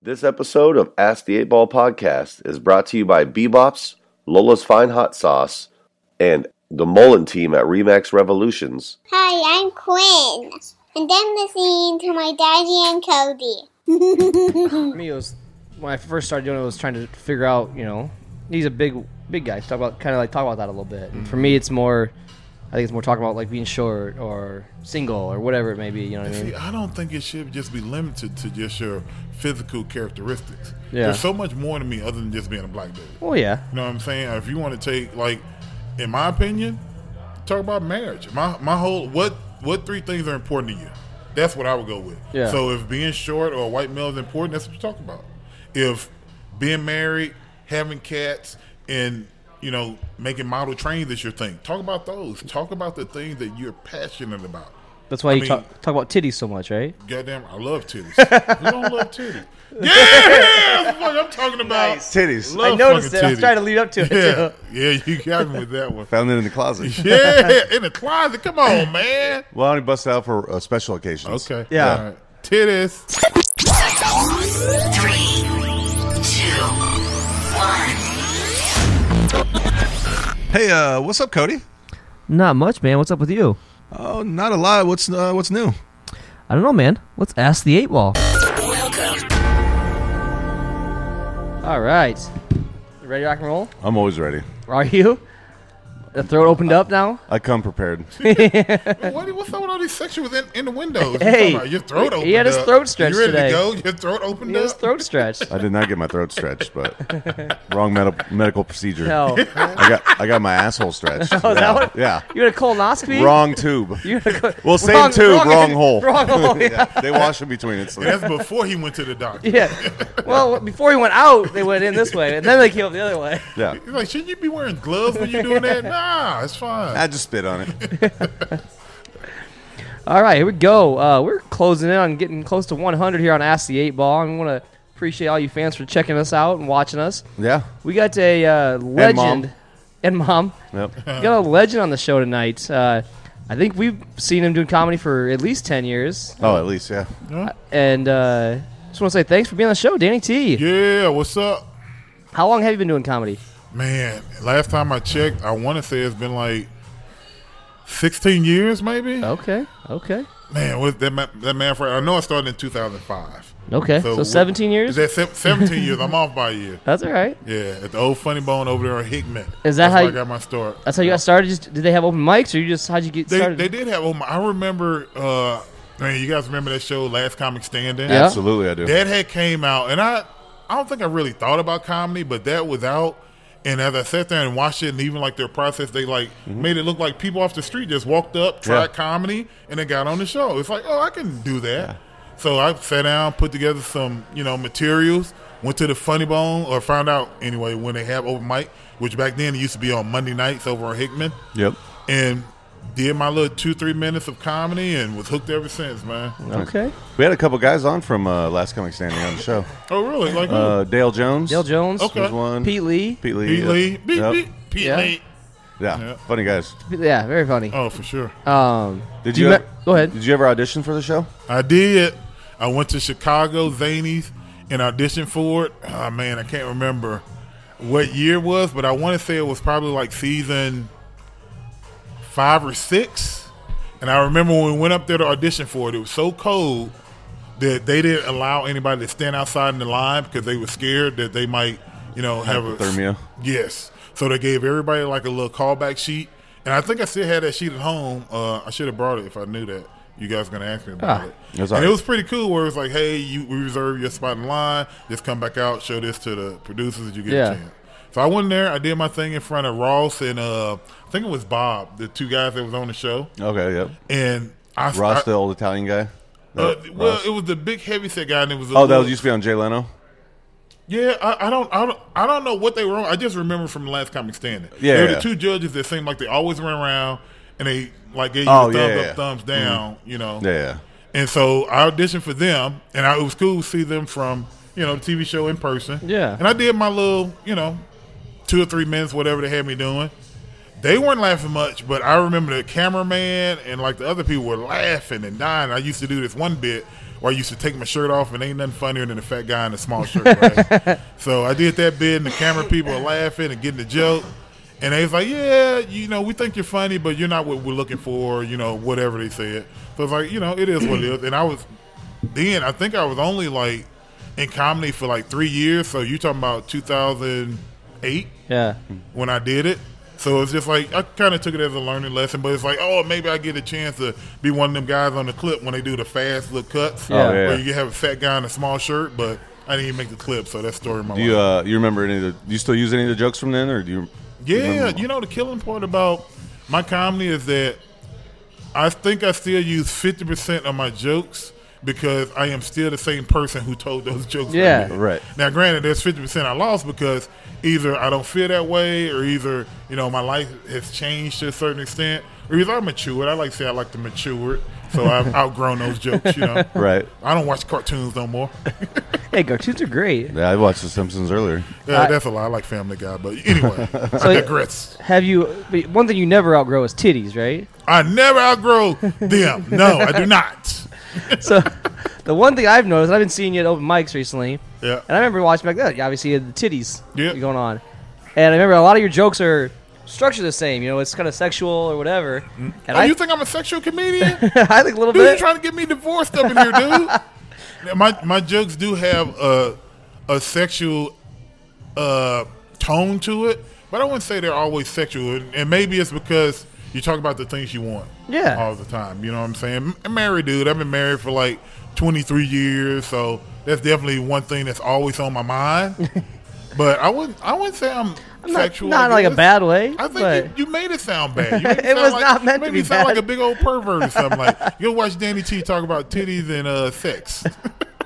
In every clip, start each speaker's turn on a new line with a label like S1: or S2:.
S1: This episode of Ask the Eight Ball podcast is brought to you by Bebop's, Lola's Fine Hot Sauce, and the Mullen team at Remax Revolutions.
S2: Hi, I'm Quinn, and I'm listening to my daddy and Cody.
S3: For me, it was when I first started doing it. I was trying to figure out, you know, he's a big, big guy. So talk about kind of like talk about that a little bit. And for
S4: Mm-hmm.
S3: me, it's more, I think it's more talking about like being short or single or whatever it may be. You know what I
S4: See,
S3: mean?
S4: I don't think it should just be limited to just your physical characteristics.
S3: Yeah.
S4: There's so much more to me other than just being a black dude.
S3: Well, yeah,
S4: You know what I'm saying? If you want to take like, in my opinion, talk about marriage. My my whole what what three things are important to you? That's what I would go with.
S3: Yeah.
S4: So if being short or a white male is important, that's what you talk about. If being married, having cats, and you know making model trains is your thing, talk about those. Talk about the things that you're passionate about.
S3: that's why you
S4: mean-
S3: talk, talk about titties so much, right?
S4: Goddamn, I love titties. Who don't love titties? Yeah, that's what I'm talking about.
S5: titties.
S4: Love
S3: I noticed it.
S4: fucking
S3: I was trying to
S4: titties.
S3: lead up to it.
S4: Yeah,
S3: too.
S4: yeah, you got me with that one.
S5: Found it in the closet.
S4: Yeah, in the closet. Come on, man.
S5: Well, I only bust out for uh, special occasions.
S4: Okay.
S3: Yeah.
S4: All right. Titties.
S6: Three, two, one.
S5: Hey, uh, what's up, Cody?
S7: Not much, man. What's up with you?
S5: Oh, not a lot. What's uh, what's new?
S7: I don't know, man. Let's ask the eight ball.
S3: All right, You ready to rock and roll?
S5: I'm always ready.
S3: Are you? The throat opened up now.
S5: I come prepared.
S4: What, what's up with all these sections in, in the windows? You
S3: Hey,
S4: talking about your throat opened
S3: he had his
S4: up.
S3: throat stretched
S4: You ready
S3: today.
S4: to go? Your throat opened
S3: He had his
S4: up.
S3: throat stretched.
S5: I did not get my throat stretched, but wrong med- medical procedure.
S3: No, you
S5: I got I got my asshole stretched.
S3: Oh, is that
S5: yeah.
S3: what-
S5: yeah.
S3: had a colonoscopy.
S5: Wrong tube.
S3: You had a co-
S5: Well, same
S3: wrong-
S5: tube, wrong hole.
S3: Wrong hole. Yeah.
S5: Yeah, they wash in between. It's like,
S4: That's before he went to the doctor.
S3: Yeah. Well, before he went out, they went in this way, and then they came up the other way.
S5: yeah.
S4: He's like, shouldn't you be wearing gloves when you're doing that? Nah, it's fine.
S5: I just spit on it.
S3: All right, here we go. Uh, we're closing in on getting close to 100 here on Ask the Eight Ball, and we want to appreciate all you fans for checking us out and watching us.
S5: Yeah.
S3: We got a uh, legend
S5: Mom.
S3: and mom.
S5: Yep.
S3: We got a legend on the show tonight. Uh, I think we've seen him doing comedy for at least 10 years,
S5: Oh, at least yeah.
S3: and uh, just want to say thanks for being on the show, Danny T.
S4: yeah, what's up?
S3: How long have you been doing comedy?
S4: Man, last time I checked, I want to say it's been like 16 years, maybe.
S3: Okay, okay,
S4: Man, was that ma- that man for? I know I started in 2005.
S3: okay. So,
S4: what-
S3: 17
S4: Is
S3: years.
S4: that se- 17 years? I'm off by a year.
S3: That's all right.
S4: Yeah, at the old Funny Bone over there on Hickman.
S3: Is that
S4: That's
S3: how
S4: where
S3: you-
S4: I got my start?
S3: That's how you got started. Just, did they have open mics, or you just how'd you get
S4: They,
S3: started?
S4: they did have. Oh my, I remember. Uh, man, you guys remember that show, Last Comic Standing?
S3: Yeah.
S5: Absolutely, I do.
S4: That had came out, and I, I don't think I really thought about comedy, but that was out. And as I sat there and watched it, and even like their process, they like made it look like people off the street just walked up, tried
S5: Yeah.
S4: comedy, and then got on the show. It's like, oh, I can do that. So I sat down, put together some you know materials, went to the Funny Bone, or found out anyway when they have open mic, which back then it used to be on Monday nights over on Hickman,
S5: Yep.
S4: and did my little two three minutes of comedy, and was hooked ever since, man.
S3: okay.
S5: We had a couple guys on from uh, Last Comic Standing on the show.
S4: Oh really? Like who?
S5: Uh, Dale Jones.
S3: Dale Jones.
S4: Okay.
S5: was one.
S3: Pete Lee.
S5: Pete Lee.
S4: Pete Lee.
S5: Yep.
S4: Beep,
S5: Yep.
S4: beep. Pete
S3: Yeah.
S4: Lee.
S5: Yeah.
S4: Yeah.
S5: funny guys.
S3: Yeah, very funny.
S4: Oh, for sure.
S3: Um,
S5: Did
S3: do
S5: you,
S3: me-
S5: ever,
S3: go ahead?
S5: Did you ever audition for the show?
S4: I did. I went to Chicago Zanies and auditioned for it. Oh, man, I can't remember what year it was, but I want to say it was probably like season five or six. And I remember when we went up there to audition for it, it was so cold that they didn't allow anybody to stand outside in the line because they were scared that they might, you know, have a
S5: Hypothermia.
S4: Yes. So they gave everybody like a little callback sheet, and I think I still had that sheet at home. Uh, I should have brought it if I knew that you guys were gonna ask me about
S3: Ah.
S4: it.
S5: That's all
S4: and it
S5: right.
S4: was pretty cool. Where it was like, hey, you we reserve your spot in line. Just come back out, show this to the producers, that you get
S3: Yeah.
S4: a chance. So I went in there. I did my thing in front of Ross and uh, I think it was Bob, the two guys that was on the show,
S5: Okay. Yep.
S4: and I
S5: Ross,
S4: I-
S5: the old Italian guy.
S4: uh,
S5: That-
S4: well,
S5: Ross.
S4: it was the big heavyset guy, and it was a
S5: oh, that
S4: little-
S5: was used to be on Jay Leno.
S4: Yeah, I, I don't, I don't, I don't know what they were on. I just remember from the last comic standing.
S5: Yeah,
S4: they were
S5: yeah.
S4: the two judges that seemed like they always went around and they like gave you
S5: Oh,
S4: the
S5: yeah,
S4: thumbs
S5: yeah. Mm-hmm.
S4: up, thumbs down, you know.
S5: Yeah. yeah.
S4: And so I auditioned for them, and I, it was cool to see them from you know the TV show in person.
S3: Yeah.
S4: and I did my little, you know, two or three minutes, whatever they had me doing. They weren't laughing much, but I remember the cameraman and like the other people were laughing and dying. I used to do this one bit where I used to take my shirt off, and ain't nothing funnier than a fat guy in a small shirt. Right? so I did that bit, and the camera people are laughing and getting the joke. And they was like, yeah, you know, we think you're funny, but you're not what we're looking for, you know, whatever they said. So it's like, you know, it is what it is. And I was, then I think I was only like in comedy for like three years. So you talking about 2008
S3: Yeah.
S4: when I did it. So it's just like I kind of took it as a learning lesson, but it's like, oh, maybe I get a chance to be one of them guys on the clip when they do the fast little cuts,
S3: Yeah.
S5: Oh, yeah.
S4: where you have a fat guy in a small shirt. But I didn't even make the clip, so that's story of my
S5: Do you
S4: life.
S5: uh, you remember any of the? Do you still use any of the jokes from then, or do you?
S4: Yeah,
S5: remember-
S4: you know the killing part about my comedy is that I think I still use fifty percent of my jokes because I am still the same person who told those jokes.
S3: Yeah.
S4: earlier.
S5: Right.
S4: Now, granted, there's fifty percent I lost because either I don't feel that way, or either you know my life has changed to a certain extent, or either I'm matured. I like to say I like to mature, so I've outgrown those jokes. You know.
S5: Right.
S4: I don't watch cartoons no more.
S3: Hey, cartoons are great.
S5: Yeah, I watched The Simpsons earlier.
S4: Yeah,
S3: I-
S4: that's a lie. I like Family Guy, but anyway,
S3: So-
S4: I digress.
S3: Have you? but One thing you never outgrow is titties, right?
S4: I never outgrow them. No, I do not.
S3: So, the one thing I've noticed, I've been seeing you at open mics recently,
S4: Yeah.
S3: and I remember watching back then. you Obviously, had the titties
S4: Yeah.
S3: going on, and I remember a lot of your jokes are structured the same. You know, it's kind of sexual or whatever. And
S4: oh,
S3: I,
S4: you think I'm a sexual comedian?
S3: I think a little
S4: dude, you
S3: bit.
S4: trying to get me divorced up in here, dude. Now, my my jokes do have a a sexual uh, tone to it, but I wouldn't say they're always sexual. And, and maybe it's because you talk about the things you want,
S3: Yeah.
S4: all the time. You know what I'm saying? I'm married, dude. I've been married for like 23 years, so that's definitely one thing that's always on my mind. but I wouldn't I wouldn't say I'm,
S3: not-
S4: sexual.
S3: not in, like, a
S4: It's-
S3: bad way,
S4: I think
S3: but-
S4: you, you made it sound bad. You made
S3: It
S4: sound
S3: was
S4: like-
S3: not meant to
S4: made
S3: be
S4: me sound like
S3: bad.
S4: a big old pervert or something. Like you watch Danny T talk about titties and uh, sex.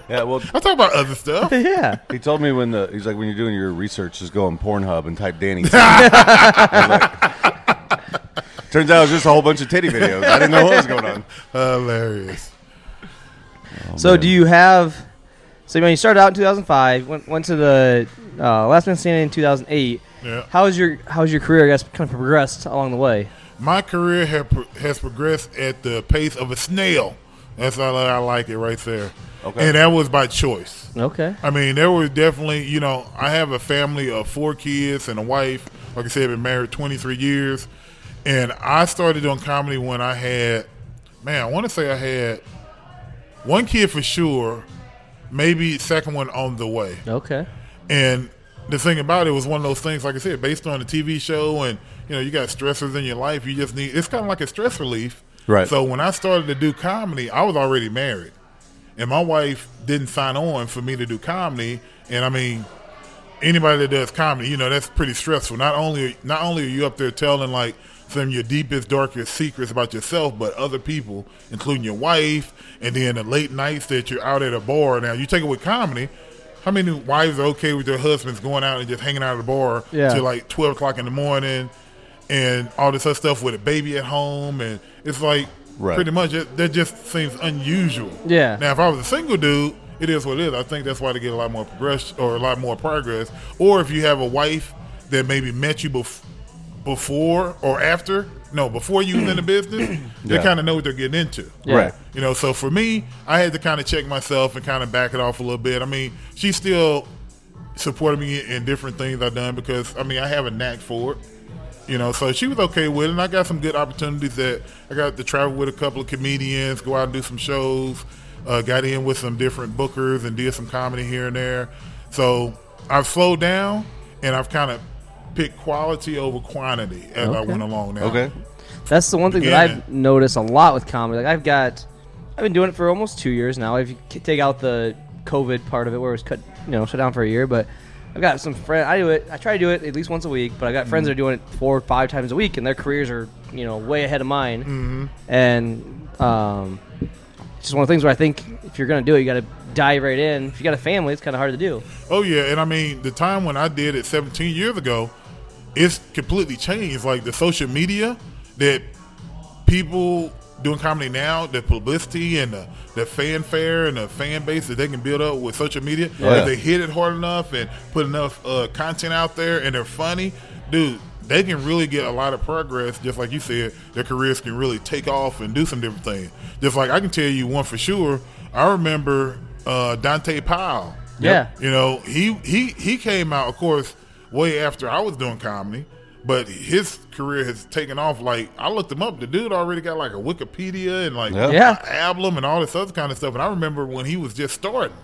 S5: Yeah, well,
S4: I talk about other stuff.
S3: yeah.
S5: he told me when the he's like when you're doing your research, just go on Pornhub and type Danny. Turns out it was just a whole bunch of titty videos. I didn't know what was going on.
S4: Hilarious.
S3: So, do you have? So, when you started out in 2005, went, went to the uh, Last Man Standing in 2008.
S4: Yeah.
S3: How's your How's your career? I guess kind of progressed along the way.
S4: My career have, pro- has progressed at the pace of a snail. That's how I like it right there.
S5: Okay.
S4: And that was by choice.
S3: Okay.
S4: I mean, there was definitely, you know, I have a family of four kids and a wife. Like I said, I've been married 23 years. And I started doing comedy when I had, man, I want to say I had one kid for sure, maybe second one on the way.
S3: Okay.
S4: And the thing about it was one of those things, like I said, based on the TV show, and you know, you got stressors in your life. You just need it's kind of like a stress relief.
S5: Right.
S4: So when I started to do comedy, I was already married, and my wife didn't sign on for me to do comedy. And I mean, anybody that does comedy, you know, that's pretty stressful. Not only not only are you up there telling like some of your deepest, darkest secrets about yourself, but other people, including your wife, and then the late nights that you're out at a bar. Now you take it with comedy. How many wives are okay with their husbands going out and just hanging out at a bar
S3: Yeah.
S4: till like twelve o'clock in the morning and all this other stuff with a baby at home and it's like
S5: Right.
S4: pretty much it, that just seems unusual.
S3: Yeah.
S4: Now, if I was a single dude, it is what it is. I think that's why they get a lot more progress or a lot more progress. Or if you have a wife that maybe met you bef- before or after, no, before you was in the business, they
S5: Yeah.
S4: kind of know what they're getting into.
S3: Yeah.
S5: Right.
S4: You know, so for me, I had to kind of check myself and kind of back it off a little bit. I mean, she still supported me in different things I've done because I mean I have a knack for it. You know, so she was okay with it, and I got some good opportunities that I got to travel with a couple of comedians, go out and do some shows, uh, got in with some different bookers, and did some comedy here and there. So I've slowed down, and I've kind of picked quality over quantity as I went along. Now,
S5: Okay.
S3: That's the one thing
S4: Yeah.
S3: that I've noticed a lot with comedy. Like I've got, I've been doing it for almost two years now. If you c- take out the COVID part of it, where it was cut, you know, shut down for a year, but I've got some friends. I do it. I try to do it at least once a week, but I got friends that are doing it four or five times a week, and their careers are you know way ahead of mine. Mm-hmm. And um, it's just one of the things where I think if you're gonna do it, you got to dive right in. If you got a family, it's kind of hard to do.
S4: Oh yeah, and I mean the time when I did it 17 years ago, it's completely changed. Like the social media that people doing comedy now, the publicity and the, the fanfare and the fan base that they can build up with social media,
S5: Yeah.
S4: if they hit it hard enough and put enough uh, content out there and they're funny, dude, they can really get a lot of progress. Just like you said, their careers can really take off and do some different things. Just like I can tell you one for sure, I remember uh, Dante Powell.
S3: Yeah.
S4: You know, he he he came out, of course, way after I was doing comedy, but his career has taken off. Like I looked him up, the dude already got like a Wikipedia and like
S5: Yeah.
S3: Yeah.
S4: Ablum and all this other kind of stuff. And I remember when he was just starting.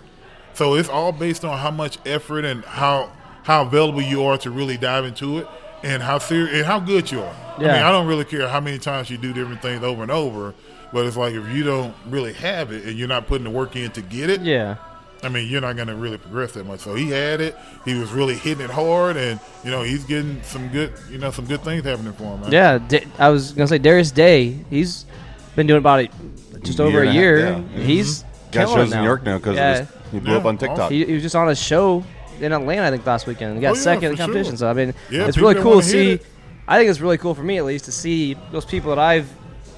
S4: So it's all based on how much effort and how how available you are to really dive into it, and how serious and how good you are. I mean,
S3: Yeah.
S4: I don't really care how many times you do different things over and over, but it's like if you don't really have it and you're not putting the work in to get it,
S3: Yeah.
S4: I mean, you're not going to really progress that much. So he had it. He was really hitting it hard, and you know he's getting some good, you know, some good things happening for him. Man.
S3: Yeah, Da- I was gonna say Darius Day. He's been doing about it just
S5: Year
S3: over
S5: and
S3: a
S5: a
S3: year.
S5: half, yeah. Mm-hmm.
S3: He's
S5: Got
S3: killing it
S5: shows in
S3: now.
S5: New York now because
S3: Yeah.
S5: he blew up
S4: Yeah,
S5: on TikTok.
S3: He, he was just on a show in Atlanta, I think, last weekend. He got
S4: Oh, yeah,
S3: second in
S4: for
S3: competition.
S4: sure.
S3: So I mean,
S4: Yeah,
S3: it's
S4: people
S3: really
S4: that
S3: cool to
S4: wanna hit
S3: see.
S4: it.
S3: I think it's really cool for me at least to see those people that I've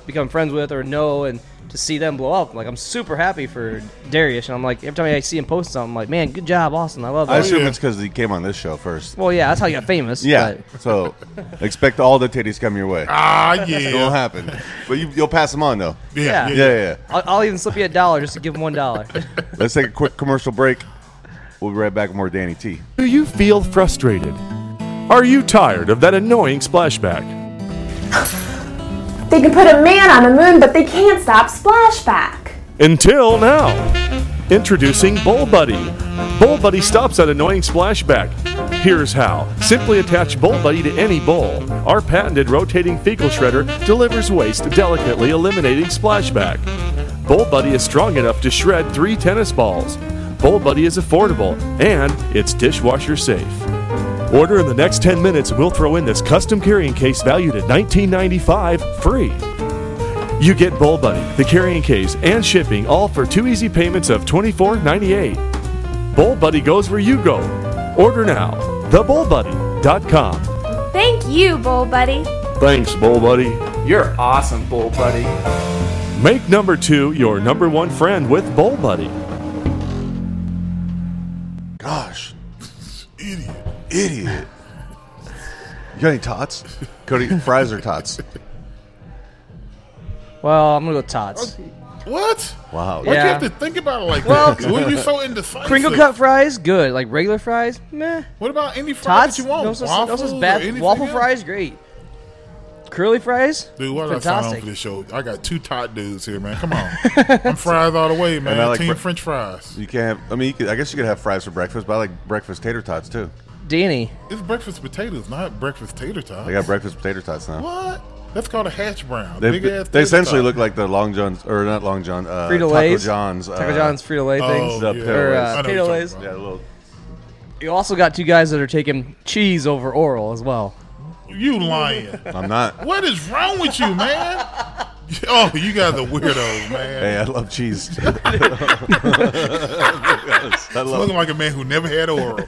S3: become friends with or know, and to see them blow up. Like I'm super happy for Darius, and I'm like every time I see him post something, I'm like, man, good job, Austin. I love
S5: I
S3: that.
S5: assume
S4: yeah.
S5: it's because he came on this show first.
S3: well, yeah, that's how you got famous.
S5: Yeah.
S3: but-
S5: So expect all the titties coming your way.
S4: Ah,
S5: It'll
S4: yeah,
S5: happen. But you, you'll pass them on though.
S4: yeah, yeah.
S3: Yeah.
S5: Yeah, yeah.
S3: I'll, I'll even slip you a dollar just to give him one dollar.
S5: yeah. Let's take a quick commercial break. We'll be right back with more Danny T.
S8: Do you feel frustrated? Are you tired of that annoying splashback?
S9: They can put a man on the moon, but they can't stop Splashback.
S8: Until now. Introducing Bull Buddy. Bull Buddy stops that annoying splashback. Here's how. Simply attach Bull Buddy to any bowl. Our patented rotating fecal shredder delivers waste, delicately eliminating splashback. Bull Buddy is strong enough to shred three tennis balls. Bull Buddy is affordable and it's dishwasher safe. Order in the next 10 minutes and we'll throw in this custom carrying case valued at $19.95 free. You get Bull Buddy, the carrying case, and shipping all for two easy payments of $24.98. Bull Buddy goes where you go. Order now. TheBullBuddy.com.
S9: Thank you, Bull Buddy.
S8: Thanks, Bull Buddy.
S10: You're awesome, Bull Buddy.
S8: Make number two your number one friend with Bull Buddy.
S5: Gosh,
S4: Idiot.
S5: idiot. You got any tots? Cody, fries or tots?
S3: well, I'm gonna go Tots.
S4: What?
S5: Wow.
S4: Why
S3: Yeah.
S4: you have to think about it like
S3: Well-
S4: that? Why are you so indecisive?
S3: Kringle cut fries, good. Like regular fries, meh.
S4: What about any fries
S3: Tots,
S4: that you want?
S3: those, are,
S4: Waffles
S3: those are
S4: or
S3: bad.
S4: anything
S3: Waffle
S4: else?
S3: fries, great. Curly fries,
S4: Dude, why did I sign on
S3: fantastic.
S4: for this show? I got two tot dudes here, man. Come on. I'm fries all the way, man.
S5: I like
S4: Team
S5: fr-
S4: French fries.
S5: You can't have, I mean, you could, I guess you could have fries for breakfast, but I like breakfast tater tots too.
S3: Danny,
S4: It's breakfast potatoes, not breakfast tater tots.
S5: They got breakfast potato tots now.
S4: what? That's called a hash brown.
S5: They,
S4: Big
S5: they,
S4: ass
S5: they
S4: tater
S5: essentially
S4: tot.
S5: look like the Long John's, or not Long John, uh,
S3: Frito
S5: Taco
S3: Lay's,
S5: John's. Uh,
S3: Taco John's, Frito Lay
S4: Oh,
S3: things.
S5: the
S4: yeah.
S5: Or,
S4: I know
S5: uh,
S4: what you're
S3: Frito-Lays.
S4: talking
S5: Yeah,
S4: about.
S5: a little.
S3: You also got two guys that are taking cheese over oral as well.
S4: You lying.
S5: I'm not.
S4: What is wrong with you, man? Oh, you guys are weirdos, man.
S5: Hey, I love cheese. I love
S4: Looking like a man who never had oral.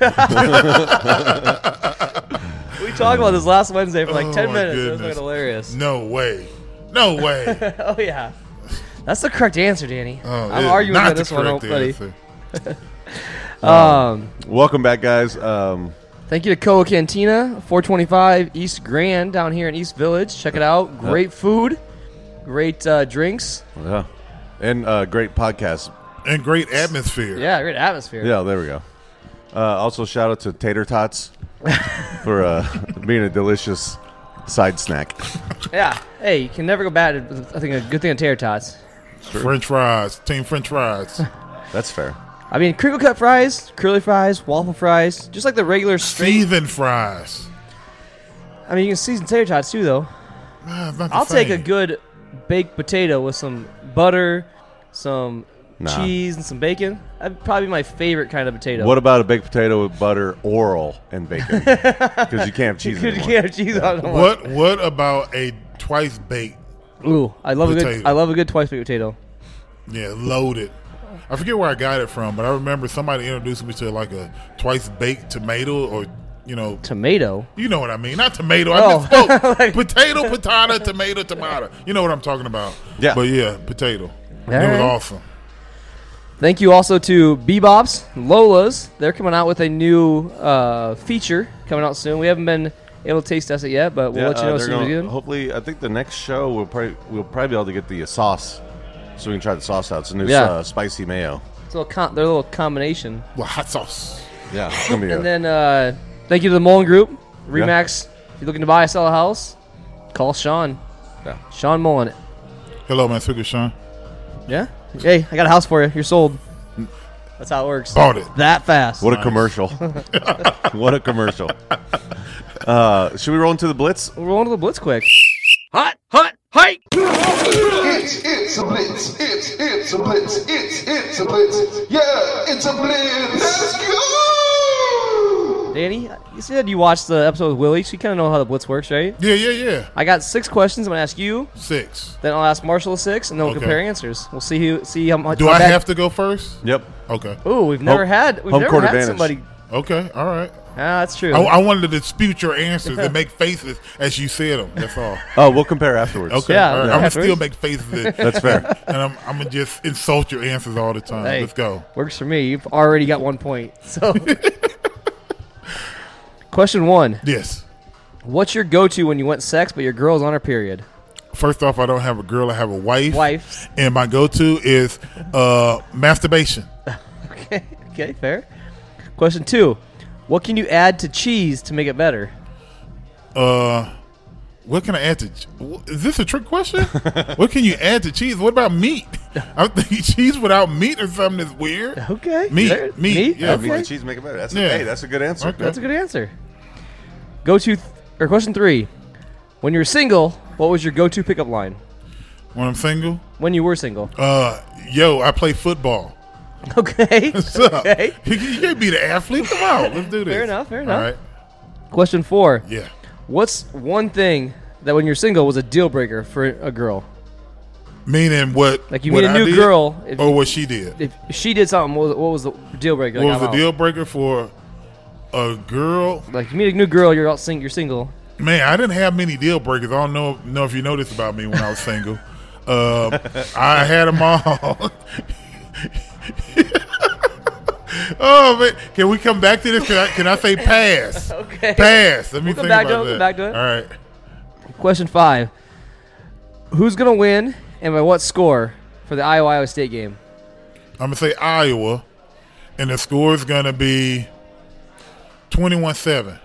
S3: We talked about this last Wednesday for like
S4: Oh,
S3: 10
S4: my
S3: minutes. It was
S4: goodness.
S3: like hilarious.
S4: No way. No way.
S3: Oh, yeah. That's the correct answer, Danny.
S4: Oh,
S3: I'm
S4: it-
S3: arguing
S4: not
S3: with
S4: the
S3: this one,
S4: correct
S3: buddy.
S4: answer.
S3: Um,
S5: Welcome back, guys. Um,
S3: Thank you to Koa Cantina, 425 East Grand down here in East Village. Check it out. Great food, great uh, drinks.
S5: yeah. And uh, great podcast.
S4: And great atmosphere.
S3: Yeah, great atmosphere.
S5: Yeah, there we go. Uh, also, shout out to Tater Tots for uh, being a delicious side snack.
S3: Yeah. Hey, you can never go bad. at- I think a good thing on tater tots.
S4: French fries. Team French fries.
S5: That's fair.
S3: I mean, crinkle cut fries, curly fries, waffle fries, just like the regular straight.
S4: Seasoned fries.
S3: I mean, you can season tater tots too, though.
S4: Nah, it's not the
S3: I'll take a
S4: same.
S3: good baked potato with some butter, some
S5: Nah.
S3: cheese, and some bacon. That'd probably be my favorite kind of potato.
S5: What about a baked potato with butter, oral, and bacon? Because you can't have cheese
S3: Because you
S5: anymore.
S3: can't have cheese on it.
S4: What What about a twice baked?
S3: Ooh, I love a good.
S4: Potato.
S3: I love a good twice baked potato.
S4: Yeah, loaded. I forget where I got it from, but I remember somebody introduced me to like a twice baked tomato or you know
S3: Tomato.
S4: You know what I mean? Not tomato.
S3: Oh.
S4: I misspoke. potato, patata, tomato, tomato. You know what I'm talking about?
S5: Yeah.
S4: But yeah, potato. It was
S3: Alright.
S4: awesome.
S3: Thank you also to Bebops, Lola's. They're coming out with a new uh, feature coming out soon. We haven't been able to taste test it yet, but we'll
S5: Yeah,
S3: let you
S5: uh,
S3: know as
S5: they're
S3: soon as we
S5: gonna-
S3: do.
S5: Hopefully, I think the next show we'll probably we'll probably be able to get the uh, sauce So we can try the sauce out. It's a new
S3: Yeah.
S5: uh, spicy mayo.
S3: It's a little com- their little combination.
S4: Well, hot sauce.
S5: Yeah, it's gonna be a-
S3: and then uh, thank you to the Mullen Group, Remax. If you're looking to buy or sell a house, call Sean.
S5: Yeah.
S3: Sean Mullen.
S4: Hello, man. Sugar Sean.
S3: Yeah. Hey, I got a house for you. You're sold. That's how it works.
S4: Bought it.
S3: that fast.
S5: What a commercial! what a commercial! Uh, should we roll into the blitz?
S3: We're rolling to the blitz quick.
S6: Hot, hot, hike! It's, it's a blitz. It's, it's a blitz. It's, it's a blitz. Yeah, it's a blitz. Let's go!
S3: Danny, you said you watched the episode with Willie, so you kind of know how the blitz works, right?
S4: Yeah, yeah, yeah.
S3: I got six questions. I'm gonna ask you.
S4: Six.
S3: Then I'll ask Marshall six, and then we'll
S4: Okay.
S3: compare answers. We'll see who see how much.
S4: Do
S3: how
S4: I
S3: bad-
S4: have to go first?
S5: Yep.
S4: Okay.
S3: Ooh, we've never
S5: Home-
S3: had we've
S5: home
S3: never
S5: court
S3: had
S5: advantage.
S3: somebody.
S4: Okay. All right.
S3: Ah, that's true.
S4: I, I wanted to dispute your answers and make faces as you said them. That's all.
S5: Oh, we'll compare afterwards.
S4: Okay.
S3: Yeah,
S4: all
S3: yeah.
S4: right. I'm gonna
S3: Afterwards.
S4: still make faces. At,
S5: that's fair.
S4: and I'm, I'm gonna just insult your answers all the time.
S3: Hey.
S4: Let's go.
S3: Works for me. You've already got one point. So, question one:
S4: Yes.
S3: What's your go-to when you want sex, but your girl's on her period?
S4: First off, I don't have a girl. I have a wife.
S3: Wife.
S4: And my go-to is uh, masturbation.
S3: Okay. Okay. Fair. Question two: What can you add to cheese to make it better?
S4: Uh, what can I add to? wh- Is this a trick question? what can you add to cheese? What about meat? I'm thinking cheese without meat or something is weird.
S3: Okay.
S4: Meat,
S3: There-
S4: meat, yeah,
S5: Yeah,
S3: Okay.
S5: if you can cheese make it better. That's a,
S4: Yeah.
S5: hey, that's a good answer.
S4: Okay.
S3: That's a good answer. Go to th- or question three: When you were single, what was your go-to pickup line?
S4: When I'm single,
S3: When you were single.
S4: uh, yo, I play football.
S3: Okay.
S4: What's up?
S3: okay.
S4: you can't be the athlete. Come on, let's do this.
S3: Fair enough, fair
S4: All
S3: enough.
S4: right.
S3: Question four:
S4: Yeah.
S3: What's one thing that when you're single was a deal breaker for a girl?
S4: Meaning what?
S3: Like you
S4: what
S3: meet a
S4: I
S3: new
S4: did
S3: girl. If,
S4: or what she did.
S3: if she did something, what was, what was the deal breaker?
S4: what was
S3: Like,
S4: the
S3: I'm
S4: deal
S3: out.
S4: breaker for a girl?
S3: Like you meet a new girl, you're out sing, you're single.
S4: Man, I didn't have many deal breakers. I don't know know if you know this about me when I was single. Uh, I had them all. oh man, can we come back to this? Can I, can I say pass?
S3: Okay.
S4: Pass. Let me
S3: We'll come
S4: think
S3: back to
S4: about
S3: it, we'll
S4: that.
S3: come back to it.
S4: All right.
S3: Question five: Who's gonna win and by what score for the Iowa Iowa State game?
S4: I'm gonna say Iowa, and the score is gonna be twenty-one-seven.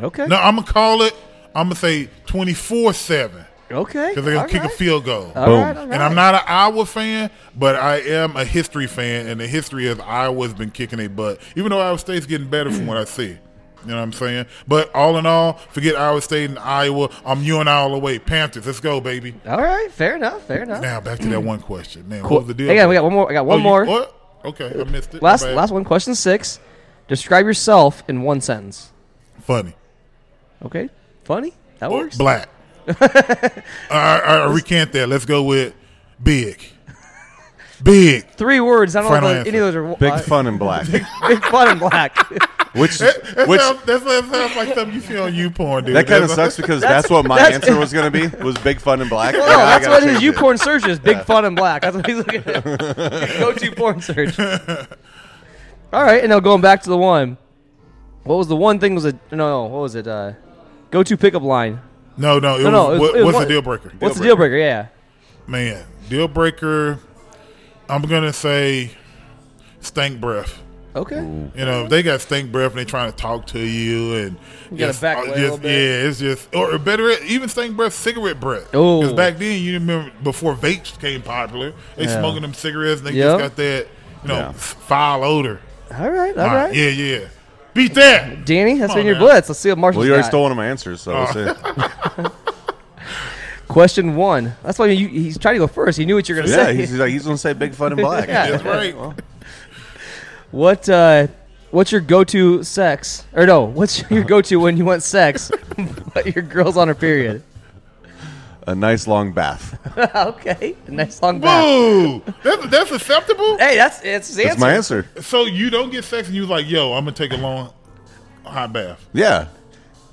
S3: Okay.
S4: No, I'm gonna call it. I'm gonna say twenty-four-seven
S3: Okay.
S4: because they're gonna
S3: All
S4: kick a
S3: right.
S4: field goal.
S3: All
S5: Boom.
S3: right, all
S4: And I'm
S3: right.
S4: not an Iowa fan, but I am a history fan, and the history is Iowa's been kicking their butt. Even though Iowa State's getting better from what I see. You know what I'm saying? But all in all, forget Iowa State and Iowa. I'm you and I all the way. Panthers, let's go, baby.
S3: All right. Fair enough. Fair enough.
S4: Now back to that one question. Man,
S3: Cool.
S4: what was the deal?
S3: Hang on, we got one more. I got one
S4: one
S3: more.
S4: Oh, What? Okay, I missed it. My
S3: Last
S4: bad.
S3: last one, question six. Describe yourself in one sentence.
S4: Funny.
S3: Okay, funny. That works.
S4: Black. I, I, I recant that. Let's go with big. Big.
S3: Three words. I don't
S4: Final
S3: know if
S4: answer.
S3: any of those are
S5: Big
S3: uh,
S5: fun and black.
S3: big fun and black.
S5: Which
S4: That,
S5: which
S4: sounds, that sounds- sounds like something you see on you porn, dude.
S5: that kind of
S4: That's-
S5: sucks because that's, what my answer was gonna be was big fun and black.
S3: No,
S5: and I
S3: that's
S5: gotta
S3: what his
S5: change
S3: U
S5: it.
S3: porn search is. Big fun and black. That's what he's looking at. Go to porn search. All right, and now going back to the one. What was the one thing was a no? no what was it? Uh, go to pickup line.
S4: No, no. It
S3: No, no,
S4: was,
S3: it was-
S4: what,
S3: it was
S4: what's
S3: one-
S4: the deal breaker?
S3: What's the deal breaker? Yeah.
S4: Man, deal breaker. I'm gonna say stank breath.
S3: Okay.
S4: You know, if they got stank breath and they trying to talk to you and
S3: You gotta back
S4: uh,
S3: away a
S4: just-
S3: little bit.
S4: yeah, it's just or better yet, even stank breath, cigarette breath.
S3: Oh.
S4: because back then you remember before vapes came popular, they
S3: Yeah.
S4: smoking them cigarettes and they
S3: Yep.
S4: just got that you know
S5: Yeah.
S4: foul odor.
S3: All right. All
S4: All right,
S3: right.
S4: Yeah, yeah. Beat that.
S3: Danny, that's
S4: Come
S3: been
S4: on,
S3: your
S4: man.
S3: blitz. Let's see what Marshall.
S5: Well, you already stole one of my answers,
S3: Oh.
S5: so we'll see.
S3: Question one. That's why you, he's trying to go first. He knew what you were going to
S5: yeah,
S3: say.
S5: he's, he's like he's gonna say big fun and black.
S3: Yeah.
S4: That's right.
S3: What uh, what's your go-to sex? Or no, what's
S5: Uh-huh.
S3: your go-to when you want sex, but your girl's on her period?
S5: A nice long bath.
S3: okay, nice long bath.
S4: Boo! That's, that's acceptable.
S3: Hey, that's it's his
S5: That's
S3: answer.
S5: my answer.
S4: So you don't get sex and you like, yo, I'm gonna take a long hot bath.
S5: Yeah.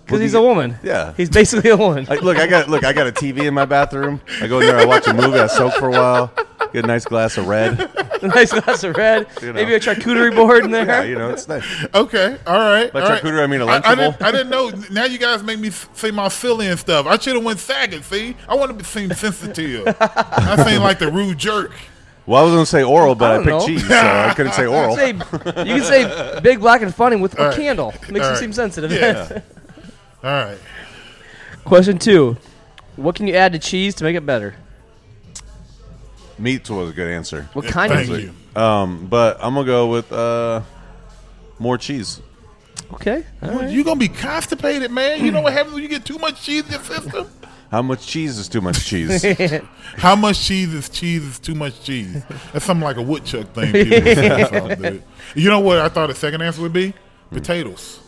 S3: Because he's a woman.
S5: Yeah.
S3: he's basically a woman.
S5: I, look, I got look, I got a TV in my bathroom. I go in there, I watch a movie, I soak for a while, get a nice glass of red.
S3: nice glass of red,
S5: You know.
S3: maybe a charcuterie board in there.
S5: Yeah, you know, it's nice.
S4: Okay, all right.
S5: By
S4: all right.
S5: charcuterie, I mean a
S4: I, I,
S5: Lunchable.
S4: didn't, I didn't know. Now you guys make me s- say my silly and stuff. I should have went sagging. See, I want to seem sensitive. I seem like the rude jerk.
S5: Well, I was gonna say oral, but I,
S3: don't
S5: picked
S3: know.
S5: cheese, so I couldn't say oral.
S3: You can say, you can say big, black, and funny with a
S5: All right.
S3: candle. Makes
S5: All
S3: you
S5: right.
S3: seem sensitive.
S5: Yeah.
S4: All right.
S3: Question two: What can you add to cheese to make it better?
S5: Meat was a good answer.
S3: What kind of Thank meat?
S5: Um, but I'm gonna go with uh, more cheese.
S3: Okay.
S4: You're going to be constipated, man. You know what happens when you get too much cheese in your system?
S5: How much cheese is too much cheese?
S4: How much cheese is cheese is too much cheese? That's something like a woodchuck thing. people say something, dude. You know what I thought the second answer would be?
S5: Hmm.
S4: Potatoes.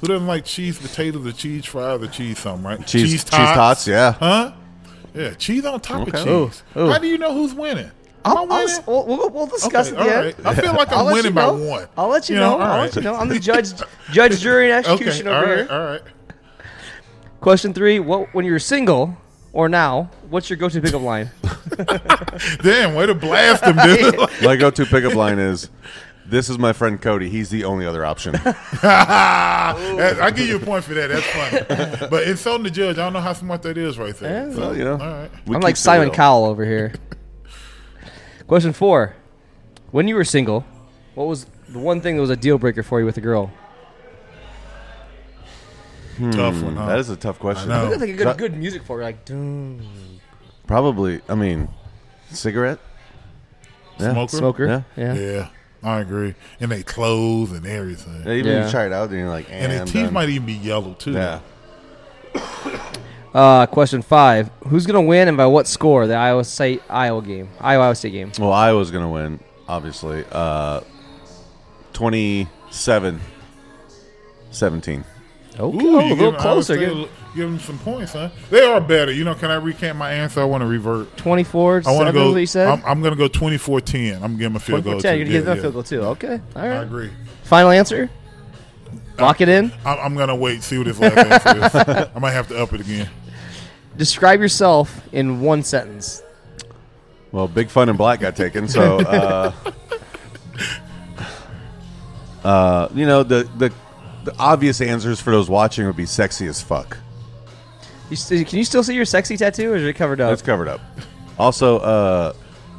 S4: Who doesn't like cheese potatoes or cheese fries or cheese something, right?
S5: Cheese- cheese tots, yeah.
S4: Huh? Yeah, cheese on top
S5: Okay.
S4: of cheese.
S5: Ooh, ooh.
S4: How do you know who's winning?
S3: I'll, I'll s- we'll, we'll, we'll discuss
S4: Okay,
S3: it.
S4: all right. I feel like I'm
S3: will you
S4: winning by
S3: know.
S4: one.
S3: I'll let you
S4: You
S3: know.
S4: know, all
S3: I'll let
S4: right.
S3: you know. I'm the judge, judge, jury, and execution
S4: okay,
S3: over
S4: all
S3: here.
S4: right, all right.
S3: Question three: What when you're single or now? What's your go-to pickup line?
S4: Damn, way to blast him, dude.
S5: My go-to pickup line is, "This is my friend Cody. He's the only other option."
S4: That- I give you a point for that. That's funny. but insulting the judge, I don't know how smart that is right there.
S3: Yeah.
S4: So,
S5: Well, you know,
S4: All right.
S5: we
S3: I'm
S5: keep
S3: like
S5: the
S3: Simon
S5: real.
S3: Cowell over here. Question four: When you were single, what was the one thing that was a deal breaker for you with a girl?
S4: Tough
S5: Hmm,
S4: one, huh?
S5: That is a tough question.
S4: I know.
S3: That's like a good,
S5: That-
S3: good music for it, like. dun.
S5: Probably. I mean, cigarette. Yeah.
S4: Smoker?
S3: Smoker. Yeah.
S4: Yeah, I agree. And they clothes and everything.
S5: Yeah, even when
S3: Yeah.
S5: you try it out, and you're like, eh,
S4: and their
S5: I'm
S4: teeth
S3: um,
S5: done.
S4: might even be yellow too.
S5: Yeah.
S3: Uh, question five: Who's gonna win and by what score? The Iowa State Iowa game, Iowa Iowa State game.
S5: Well, Iowa's gonna win, obviously. Uh, 27 17.
S3: Okay,
S4: Ooh,
S3: oh,
S4: you
S3: a
S4: give
S3: little
S4: them- I would
S3: closer.
S4: say
S3: Give
S4: l- Give them some points, huh? They are better. You know, can I recant my answer? I want to revert.
S3: 24
S4: I want to
S3: 7
S4: go.
S3: what you said?
S4: I'm, I'm going to go 24-10. I'm giving them a field
S3: 24 10, you're
S4: goal. too.
S3: gonna
S4: Yeah,
S3: give them a
S4: yeah.
S3: field goal too. Okay. All
S4: I
S3: right.
S4: agree.
S3: Final answer. Lock it in.
S4: I'm, I'm going to wait. See what his last answer is. I might have to up it again.
S3: Describe yourself in one sentence.
S5: Well, Big Fun and Black got taken, so uh, uh, you know the, the the obvious answers for those watching would be sexy as fuck.
S3: You st- can you still see your sexy tattoo, or is it covered up?
S5: That's covered up. Also, uh,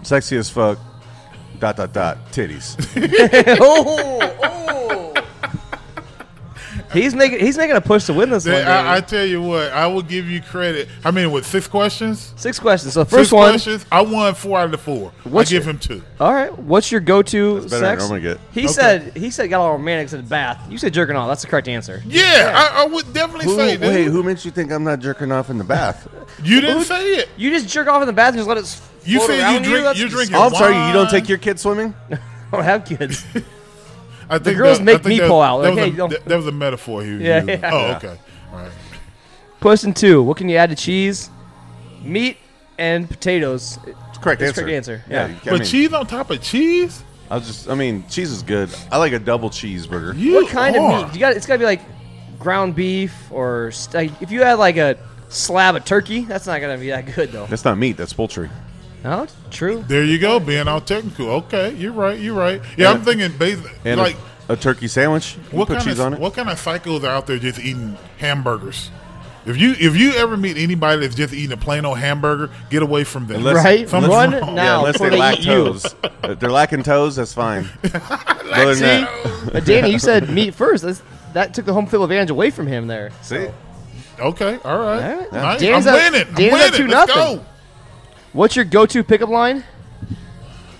S5: sexy as fuck. Dot dot dot titties.
S3: oh, oh. he's making he's making a push to win this one.
S4: Then I, I
S3: baby.
S4: tell you what, I will give you credit. I mean, with six questions,
S3: Six questions. So first
S4: six
S3: one.
S4: questions, I won four out of the four. I
S3: What's
S4: give
S3: your-
S4: him two.
S3: All right. What's your go-to
S5: That's better than I
S3: sex?
S5: normally get.
S3: He
S4: Okay.
S3: said he said got all romantics in the bath. You said jerking off. That's the correct answer.
S4: Yeah, I, I would definitely
S5: Who,
S4: say that.
S5: wait, who makes you think I'm not jerking off in the bath?
S4: you didn't say it.
S3: You just jerk off in the bath and just let it. s-
S4: You
S3: float
S4: said you
S3: around
S4: drink-
S3: That's
S4: you drink it.
S5: Oh, I'm sorry, you don't
S4: Why?
S5: take your kids swimming?
S3: I don't have kids.
S4: I think
S3: girls
S4: that-
S3: make
S4: I think
S3: me
S4: that-
S3: pull out.
S4: That,
S3: Like, hey,
S4: was a,
S3: don't-
S4: that, that was a metaphor he was
S3: Yeah,
S4: using.
S3: yeah.
S4: Oh,
S5: Yeah.
S4: okay. All right.
S3: Question two: What can you add to cheese? Meat and potatoes.
S5: Correct
S3: It's
S5: answer.
S3: correct answer, yeah.
S5: you- I
S4: but
S5: mean,
S4: cheese on top of cheese?
S5: I was just. I mean, cheese is good. I like a double cheeseburger.
S4: You
S3: What kind
S4: are.
S3: of meat? You got. It's got to be like ground beef or st- if you had like a slab of turkey, that's not gonna be that good though.
S5: That's not meat. That's poultry.
S3: No, it's true.
S4: There you go, being all technical. Okay, you're right. You're right. Yeah, I'm thinking basically
S5: And
S4: like
S5: a, a turkey sandwich. You
S4: what
S5: put
S4: kind
S5: cheese
S4: of
S5: on it.
S4: what kind of psychos are out there just eating hamburgers? If you if you ever meet anybody that's just eating a plain old hamburger, get away from them.
S5: Unless-
S3: Right?
S4: Something's
S3: Run
S4: wrong.
S3: now.
S5: yeah, unless
S3: before
S5: they
S3: they
S5: lack
S3: eat you.
S5: toes. if they're lacking toes, that's fine. Other than that,
S3: But Danny, you said meat first. That's, that took the home field advantage away from him there.
S5: see,
S4: Okay, all
S3: All
S4: right.
S3: right.
S4: Nice.
S3: Danny's
S4: I'm
S3: up-
S4: winning. I'm
S3: Danny's up two
S4: winning. Let's
S3: nothing.
S4: go.
S3: What's your go-to pickup line?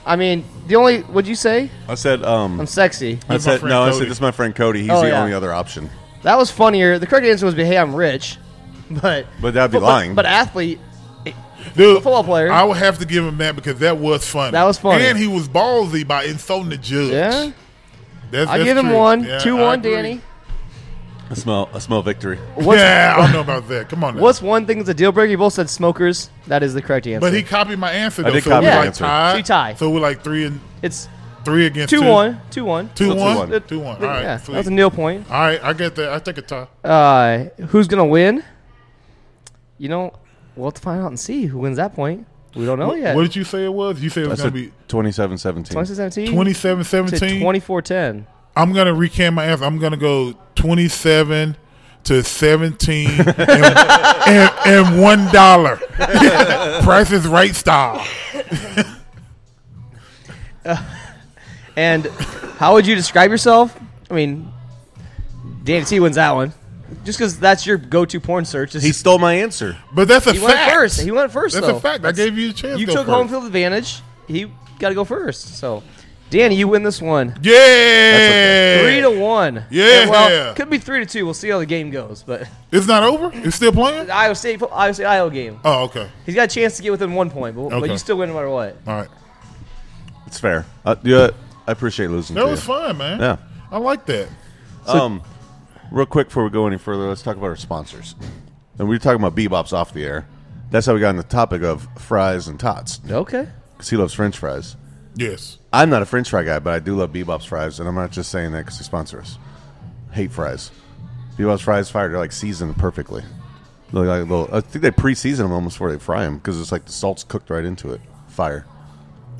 S3: I mean, the only what'd you say?
S5: I said. Um,
S3: I'm sexy.
S5: I
S4: He's my
S5: said
S4: friend
S5: no. I
S4: Cody.
S5: said this is my friend Cody. He's
S3: Oh,
S5: the
S3: yeah.
S5: only other option.
S3: That was funnier. The correct answer was, "Hey, I'm rich," but
S5: But that'd be lying.
S3: But, athlete,
S4: Dude,
S3: football player.
S4: I would have to give him that because that was funny.
S3: That was funny.
S4: And he was ballsy by insulting the judge.
S3: yeah.
S4: That's,
S3: I
S4: that's
S3: give him
S4: true.
S3: one,
S4: Yeah,
S3: two,
S4: I
S3: one,
S4: agree.
S3: Danny.
S5: I smell. I smell victory.
S3: What's,
S4: yeah, I don't know about that. Come on. Now.
S3: what's one thing that's a deal breaker? You both said smokers. That is the correct answer.
S4: but he copied my answer.
S5: I
S4: Though,
S5: did
S4: so
S5: copy
S4: we're
S3: my
S4: like
S5: answer.
S4: Tied,
S3: So you tie.
S4: So we're like three and
S3: it's
S4: three against
S3: two,
S4: two.
S3: one, two one,
S4: Two
S5: Still two
S4: one?
S5: one.
S4: Two one.
S3: Um, Yeah,
S4: All right.
S3: that
S4: sweet.
S3: was a nil point.
S4: All right, I get that. I take a tie.
S3: Uh, who's gonna win? You know, we'll have to find out and see who wins that point. We don't know yet.
S4: What did you say it was? You said it
S5: I
S4: was going to
S5: said
S4: be
S5: 27-17.
S3: 2017
S4: 27
S3: to
S4: 17.
S3: 2410.
S4: I'm going to recant my answer. I'm going to go 27 to 17 and, and, and $1. Price is right style.
S3: and how would you describe yourself? I mean, Danny T wins that one. Just because that's your go-to porn search. He
S5: stole my answer.
S4: But that's a
S3: he
S4: fact.
S3: went first. He went first.
S4: That's
S3: though.
S4: a fact. I gave you a chance.
S3: You
S4: to go
S3: took
S4: first.
S3: home field advantage. He got to go first. So, Danny, you win this one.
S4: Yeah. okay.
S3: Three to one.
S4: Yeah.
S3: And, well, could be three to two. We'll see how the game goes. But
S4: it's not over. It's still playing.
S3: The Iowa State, Iowa State, Iowa game.
S4: Oh, okay.
S3: He's got a chance to get within one point, but, but
S5: Okay.
S3: you still win no matter what.
S4: All right.
S5: It's fair. Uh, yeah, I appreciate losing.
S4: That
S5: to
S4: was
S5: you.
S4: fun, man.
S5: Yeah.
S4: I like that.
S5: um, real quick before we go any further, let's talk about our sponsors. And we were talking about bebops off the air. That's how we got on the topic of fries and tots.
S3: Okay.
S5: Because he loves French fries.
S4: Yes.
S5: I'm not a French fry guy, but I do love bebops fries, and I'm not just saying that because they sponsor us. Hate fries. Bebops fries fire. They're like seasoned perfectly. They're like a little- I think they pre-season them almost before they fry them because it's like the salt's cooked right into it. Fire.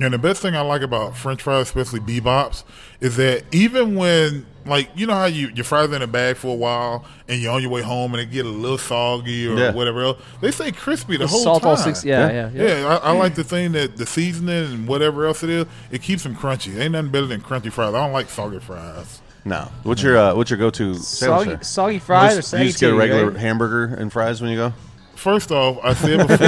S4: And the best thing I like about French fries, especially bebops, is that even when like you know how you your fries are in a bag for a while and you're on your way home and it get a little soggy or
S5: Yeah.
S4: whatever else, they stay crispy the,
S3: The
S4: whole
S3: salt
S4: time.
S3: all six- yeah, Yeah. yeah, Mm. yeah.
S4: I, I like the thing that the seasoning and whatever else it is, it keeps them crunchy. Ain't nothing better than crunchy fries. I don't like soggy fries.
S5: No. What's your uh, what's your go-to sandwich?
S3: Soggy-
S5: there?
S3: soggy fries
S5: You just-
S3: or
S5: You just get a
S3: saggy,
S5: regular
S3: right?
S5: hamburger and fries when you go.
S4: First off, I said before,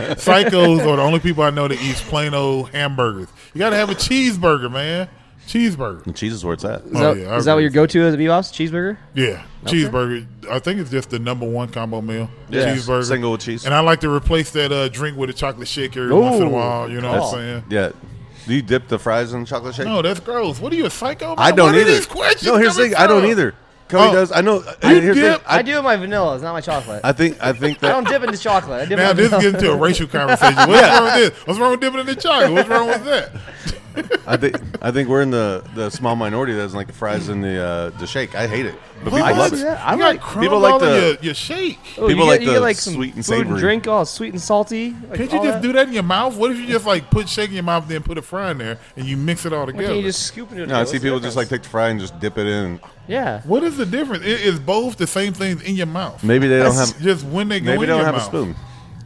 S4: psychos are the only people I know that eats plain old hamburgers. You got to have a cheeseburger, man. Cheeseburger.
S5: And cheese is where it's at.
S3: Is, that,
S4: yeah, I
S3: is that what
S4: agree.
S3: your go-to is at Bebop's? Cheeseburger?
S4: Yeah,
S3: Okay.
S4: cheeseburger. I think it's just the number one combo meal.
S5: Yeah.
S4: Cheeseburger,
S5: Single with cheese.
S4: and I like to replace that uh, drink with a chocolate shake every once in a
S5: Ooh.
S4: while. You know what I'm saying?
S5: That's- Yeah. Do you dip the fries in chocolate shake?
S4: No, that's gross. What are you a psycho? Man?
S5: I don't
S4: Where do
S5: either.
S4: these questions
S5: no, here's the
S4: coming
S5: thing. I don't
S4: from?
S5: either. Cody
S4: Oh.
S5: does. I know.
S4: You
S5: here's the
S4: dip?
S5: thing.
S3: I, do it my vanilla. It's not my chocolate.
S5: I think. I think
S3: I
S5: that.
S3: don't dip into chocolate. I dip
S4: Now
S3: in my
S4: this is
S3: vanilla.
S4: getting to a racial conversation. What's
S5: Yeah.
S4: wrong with this? What's wrong with dipping in the chocolate? What's wrong with that?
S5: I think. I think we're in the, the small minority that doesn't like the fries in the uh, the shake. I hate it, but
S4: Well,
S5: people
S4: I
S5: love
S4: see
S5: it.
S4: that. I You got like- crumbs
S5: people like
S4: all in
S5: the
S4: your- your shake.
S3: Oh,
S5: people
S3: you
S5: like
S3: get,
S5: the
S3: you get like some
S5: sweet and
S3: food
S5: savory.
S3: drink, all sweet and salty. Like,
S4: Can't you
S3: all
S4: just
S3: that.
S4: do that in your mouth? What if you just like put shake in your mouth, then put a fry in there, and you mix it all
S3: can't
S4: together?
S3: you just scoop it in
S5: No, I see people just like take the fry and just dip it in.
S3: Yeah.
S4: What is the difference? It is both the same things in your mouth.
S5: Maybe they don't
S4: That's
S5: have.
S4: just when they go
S5: maybe
S4: in
S5: they don't
S4: your
S5: have
S4: mouth.
S5: a spoon.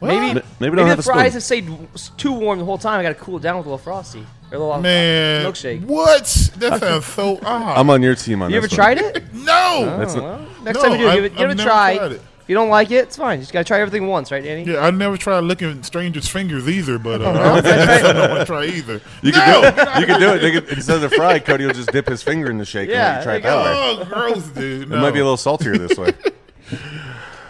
S3: Maybe,
S5: M- maybe don't have
S3: the
S5: a spoon.
S3: fries have stayed w- s- too warm the whole time. I got to cool it down with a little frosty or a little
S4: Man,
S3: milkshake.
S4: what? That sounds so odd.
S5: I'm on your team on
S3: You ever
S5: this one.
S3: tried it? Oh,
S4: no.
S5: That's not-
S3: Next
S4: No,
S3: time you do,
S4: I-
S3: give it, give
S4: I've
S3: it a
S4: never
S3: try.
S4: tried it.
S3: If you don't like it, it's fine. You just got to try everything once, right, Danny?
S4: Yeah, I never tried licking strangers' fingers either, but uh, I don't think that's something I want to try either.
S5: You
S4: no!
S5: can do it. You can do it. They could, instead of the fry, Cody will just dip his finger in the shake
S3: Yeah,
S5: and let you
S3: there
S5: try it that way.
S4: Oh, gross, dude. No.
S5: It might be a little saltier this way.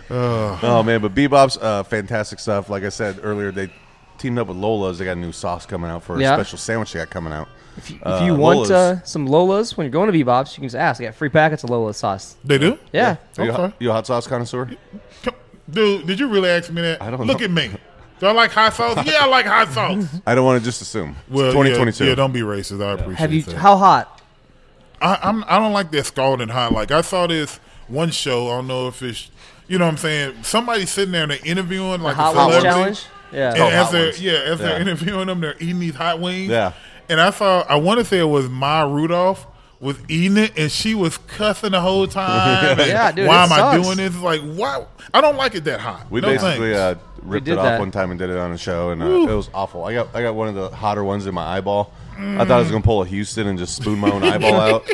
S5: oh man, but Bebop's uh, fantastic stuff. Like I said earlier, they teamed up with Lola's. They got a new sauce coming out for a
S3: Yeah.
S5: special sandwich they got coming out. If you,
S3: If you want uh, some Lolas when you're going to Bebop's, you can just ask. I got free packets of Lola sauce.
S4: They do?
S3: Yeah.
S5: you, a,
S4: Okay.
S5: hot- you a hot sauce connoisseur?
S4: Come- Dude, did you really ask me that?
S5: I don't
S4: Look
S5: know.
S4: at me. Do I like hot sauce? Yeah, I like hot sauce.
S5: I don't want to just assume. It's
S4: Well, yeah,
S5: 2022.
S4: Yeah, don't be racist. I appreciate
S3: Have you?
S4: that.
S3: How hot?
S4: I, I'm I don't like that scalding hot. Like I saw this one show. I don't know if it's you know what I'm saying. Somebody sitting there and they're interviewing like
S3: hot
S4: a
S3: ones
S4: celebrity.
S3: challenge? Yeah.
S4: And
S5: Oh,
S4: as
S5: hot
S4: they're
S5: ones.
S4: yeah, as they're
S5: Yeah.
S4: interviewing them, they're eating these hot wings.
S5: Yeah.
S4: And I saw I want to say it was Maya Rudolph was eating it and she was cussing the whole time. and
S3: Yeah, dude,
S4: Why
S3: it
S4: am I
S3: sucks.
S4: doing this? Like why? I don't like it that hot.
S5: we
S4: No
S5: basically
S4: thanks.
S5: uh, ripped
S3: did
S5: it off
S3: that.
S5: one time and did it on a show, and uh, it was awful. I got I got one of the hotter ones in my eyeball. I
S4: Mm.
S5: thought I was gonna pull a Houston and just spoon my own eyeball out.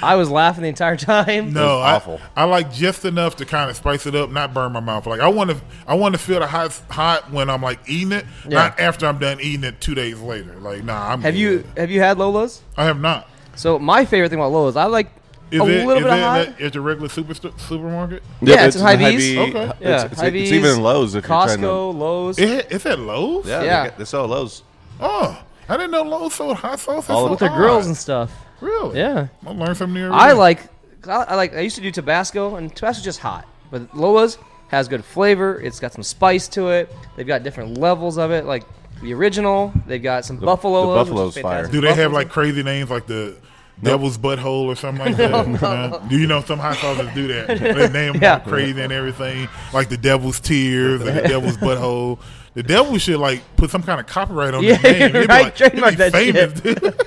S3: I was laughing the entire time.
S4: No,
S5: was
S4: I,
S5: awful.
S4: I like just enough to kind of spice it up, not burn my mouth. Like I want to, I want to feel the hot, hot when I'm like eating it, not after I'm done eating it two days later. Like, nah, I'm.
S3: Have you
S4: good.
S3: Have you had Lolas?
S4: I have not.
S3: So my favorite thing about Lolas, I like
S4: Is
S3: a
S4: it,
S3: little
S4: is
S3: bit of
S4: it
S3: hot.
S4: at- at your regular super supermarket?
S3: Yeah, it's in
S5: in
S3: Hy-Vee's.
S5: Hy-Vee.
S4: Okay.
S5: It's-
S3: yeah,
S5: It's,
S3: Hy-Vee's,
S5: it's even in Lowe's if you're trying to.
S3: Costco, Lowe's.
S4: It, it's at Lowe's.
S5: Yeah,
S3: Yeah.
S5: They, got, they sell at Lowe's.
S4: Oh, I didn't know Lowe's sold hot sauce. That's
S5: All
S4: so
S5: of
S3: with their
S4: odd.
S3: grills and stuff.
S4: Really?
S3: Yeah.
S4: I learned something new. every
S3: I
S4: day.
S3: like I I like I used to do Tabasco and Tabasco's just hot, but Lola's has good flavor. It's got some spice to it. They've got different levels of it, like the original. They've got some buffalo.
S5: the
S3: Lolas, which is
S5: buffalo's fire.
S3: fantastic.
S4: Do they have
S3: Buffalo's-
S4: like crazy names like the Devil's Butthole or something like that? No. Do you know some hot sauces do that? They name them
S3: Yeah.
S4: all crazy and everything, like the Devil's Tears or the Devil's Butthole. The devil should like put some kind of copyright on
S3: Yeah,
S4: the name. It'd be
S3: right,
S4: like,
S3: trademark
S4: it'd be
S3: that
S4: famous,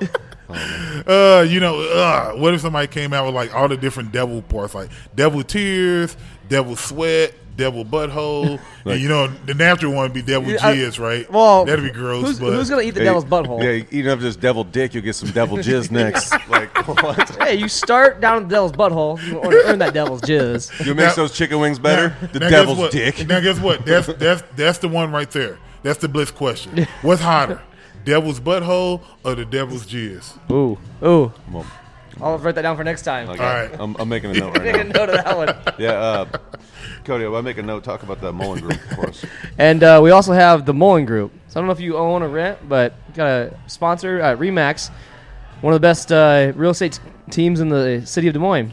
S4: dude. Uh, you know, uh, what if somebody came out with like all the different devil parts, like devil tears, devil sweat, devil butthole. and, you know, the natural one would be devil
S3: Yeah, I-
S4: jizz, right?
S3: well,
S4: that'd be gross.
S3: who's-
S4: but
S3: who's gonna eat the
S5: Hey,
S3: devil's butthole?
S5: Yeah, even if there's devil dick, you'll get some devil jizz next. like what?
S3: Hey, you start down the devil's butthole. You want to earn that devil's jizz.
S5: You makes those chicken wings better. the
S4: Now guess
S5: devil's
S4: what?
S5: dick.
S4: Now guess what? That's that's that's the one right there. That's the blitz question. What's hotter, devil's butthole or the devil's jizz?
S3: Ooh, ooh.
S5: Well,
S3: I'll write that down for next time.
S5: okay.
S4: All right.
S5: I'm, I'm making a note
S3: Make a
S5: right now.
S3: note of that one.
S5: Yeah, uh, Cody, I'll make a note. Talk about that Mullen group for us.
S3: And uh, we also have the Mullen Group. So I don't know if you own or rent, but we got a sponsor, uh, Remax, one of the best uh, real estate teams in the city of Des Moines.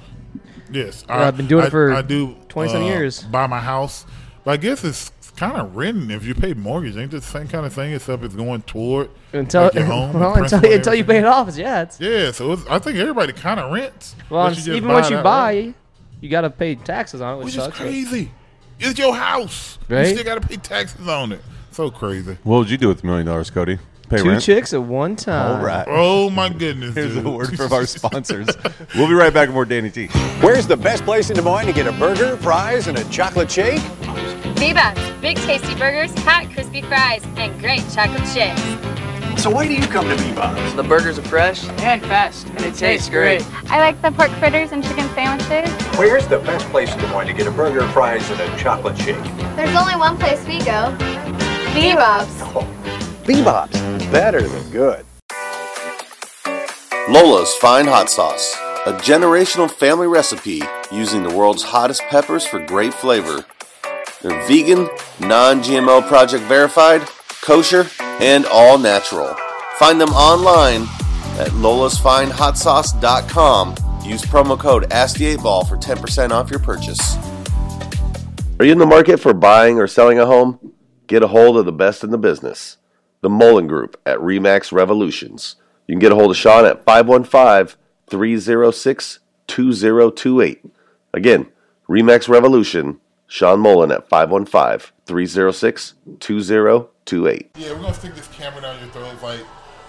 S4: Yes,
S3: I've been doing it for
S4: I do uh,
S3: 27 years.
S4: Buy my house, but I guess it's kind of renting. If you pay mortgage, ain't it the same kind of thing? Except it's going toward
S3: Until
S4: like, your home, the
S3: well, until,
S4: principal and
S3: until you pay
S4: everything.
S3: it off, it's- yeah. It's,
S4: Yeah, so it's, I think everybody kind of rents.
S3: well,
S4: but you
S3: it's-
S4: just
S3: even
S4: buy
S3: once
S4: it
S3: you buy,
S4: outright,
S3: you got to pay taxes on it, which,
S4: which is
S3: sucks. but-
S4: crazy. It's your house. You
S3: Right?
S4: still got to pay taxes on it. So crazy.
S5: What would you do with a million dollars, Cody? Pay
S3: Two
S5: rent.
S3: chicks at one time.
S5: All right.
S4: Oh my goodness.
S5: Here's
S4: dude.
S5: a word from our sponsors. We'll be right back with more Danny T.
S11: Where's the best place in Des Moines to get a burger, fries, and a chocolate shake?
S12: Bebop's, big tasty burgers, hot crispy fries, and great chocolate shakes.
S11: So why do you come to Bebop's?
S13: The burgers are fresh and fast, and it tastes great.
S12: I like the pork fritters and chicken sandwiches.
S11: Where's the best place in Des Moines to get a burger, fries, and a chocolate shake?
S12: There's only one place we go. Bebop's.
S11: Bebop's. Better than good.
S1: Lola's Fine Hot Sauce, a generational family recipe using the world's hottest peppers for great flavor. They're vegan, non GMO project verified, kosher, and all natural. Find them online at lolasfinehotsauce.com. Use promo code ASK8BALL for 10% off your purchase. Are you in the market for buying or selling a home? Get a hold of the best in the business, the Mullen Group at Remax Revolutions. You can get a hold of Sean at 515 306 2028. Again, Remax Revolution, Sean Mullen at 515 306 2028.
S4: Yeah, we're gonna stick this camera down your throat. It's like,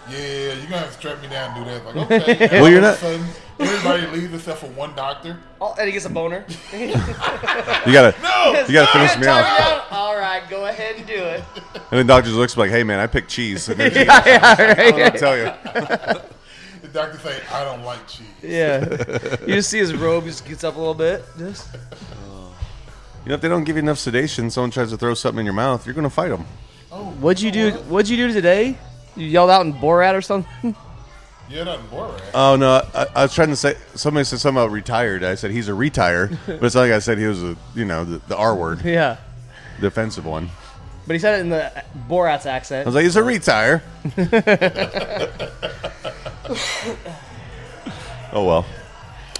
S4: yeah, you're gonna have to strap me down and do that. Like, okay.
S5: Well, you're
S4: All
S5: not-
S4: of a sudden, everybody leaves except for one doctor.
S3: Oh, and he gets a boner.
S5: You gotta,
S4: No!
S5: you gotta finish me off.
S3: All right, go ahead and do it.
S5: And the doctor just looks like, "Hey, man, I picked cheese." And they're
S3: yeah, yeah,
S5: I don't know what
S3: right.
S5: to tell you.
S4: The doctor say, I don't like cheese.
S3: yeah. You just see his robe just gets up a little bit. Just
S5: You know, if they don't give you enough sedation, someone tries to throw something in your mouth, you're gonna fight them.
S3: What'd you do? What'd you do today? You yelled out in Borat or something?
S4: Yeah, nothing boring.
S5: Oh no, I, I was trying to say somebody said something about retired. I said he's a retire, but it's not like I said he was a you know the, the R word,
S3: yeah,
S5: the offensive one.
S3: but he said it in the Borat's accent.
S5: I was like, he's a retire. oh well.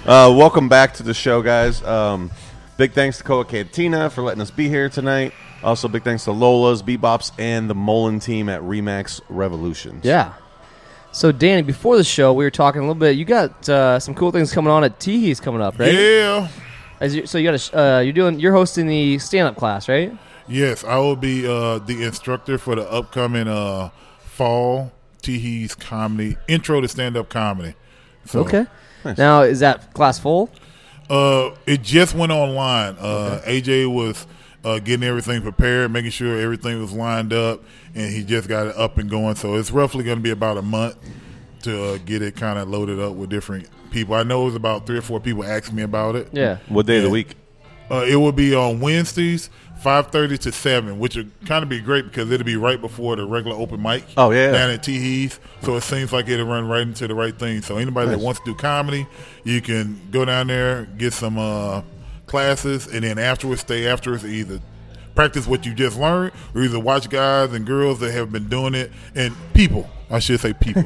S5: Uh, welcome back to the show, guys. Um, big thanks to Coa Cantina for letting us be here tonight. Also, big thanks to Lola's, Bebops, and the Mullen team at Remax Revolutions.
S3: yeah. So Danny, before the show, we were talking a little bit. You got uh, some cool things coming on at Teehee's coming up, right?
S4: Yeah.
S3: As you, so you got a, sh- uh, you're doing you're hosting the stand up class, right?
S4: Yes, I will be uh, the instructor for the upcoming uh, fall Teehee's comedy intro to stand up comedy. So,
S3: Okay. Now is that class full?
S4: Uh, it just went online. Uh, AJ was uh, getting everything prepared, making sure everything was lined up, and he just got it up and going. So it's roughly going to be about a month to uh, get it kind of loaded up with different people. I know it was about three or four people asked me about it.
S3: Yeah.
S5: What day of the week?
S4: Uh, it will be on Wednesdays, five thirty to seven, which would kind of be great because it'll be right before the regular open mic.
S5: Oh, yeah.
S4: down at Teehees. So it seems like it'll run right into the right thing. So anybody that
S5: Nice.
S4: wants to do comedy, you can go down there, get some uh, classes, and then afterwards, stay afterwards, and either practice what you just learned, or either watch guys and girls that have been doing it, and people. I should say people.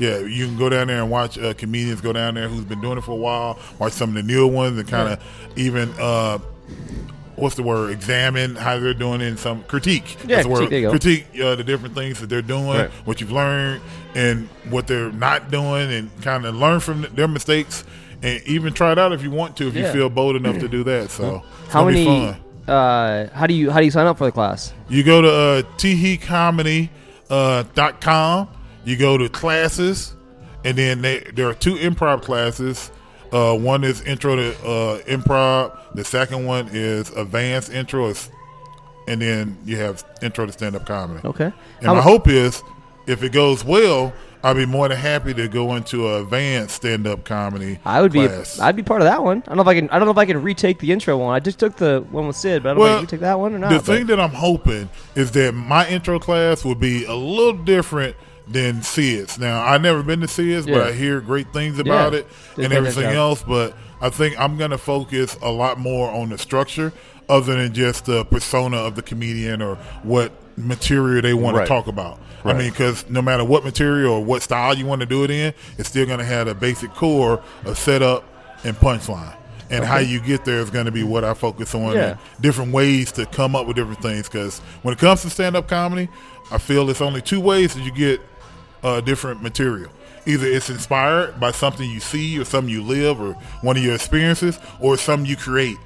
S4: yeah, you can go down there and watch uh, comedians go down there who's been doing it for a while, watch some of the newer ones, and kind of even. Uh, What's the word? Examine how they're doing it and some critique.
S3: Yeah,
S4: That's the word.
S3: critique, there you go.
S4: critique uh, the different things that they're doing,
S5: Right.
S4: what you've learned, and what they're not doing, and kind of learn from their mistakes, and even try it out if you want to, if you
S3: Yeah. Mm-hmm.
S4: feel bold enough to do that. So it's
S3: How
S4: gonna
S3: many?
S4: Be fun.
S3: Uh, how do you how do you sign up for the class?
S4: You go to uh, teehecomedy, uh, dot com. You go to classes, and then they, there are two improv classes. Uh, one is intro to uh, improv. The second one is advanced intro, is- and then you have intro to stand up comedy.
S3: Okay.
S4: And
S3: How
S4: my
S3: mu-
S4: hope is, if it goes well, I'll be more than happy to go into an advanced stand up comedy.
S3: I would be.
S4: class.
S3: I'd be part of that one. I don't know if I can. I don't know if I can retake the intro one. I just took the one with Sid, but I don't know if I can take that one or not.
S4: The
S3: but-
S4: thing that I'm hoping is that my intro class will be a little different than Sid's. Now, I've never been to Sid's,
S8: Yeah.
S4: but I hear great things about
S8: Yeah.
S4: it
S8: Did a
S4: and
S8: great
S4: everything
S8: job.
S4: else. But I think I'm going to focus a lot more on the structure other than just the persona of the comedian or what material they want
S8: Right.
S4: to talk about.
S8: Right.
S4: I mean, because no matter what material or what style you want to do it in, it's still going to have a basic core of setup and punchline. And how
S8: Okay.
S4: you get there is going to be what I focus on
S8: Yeah.
S4: and different ways to come up with different things. Because when it comes to stand up comedy, I feel it's only two ways that you get uh, different material. Either it's inspired by something you see or something you live or one of your experiences, or it's something you create.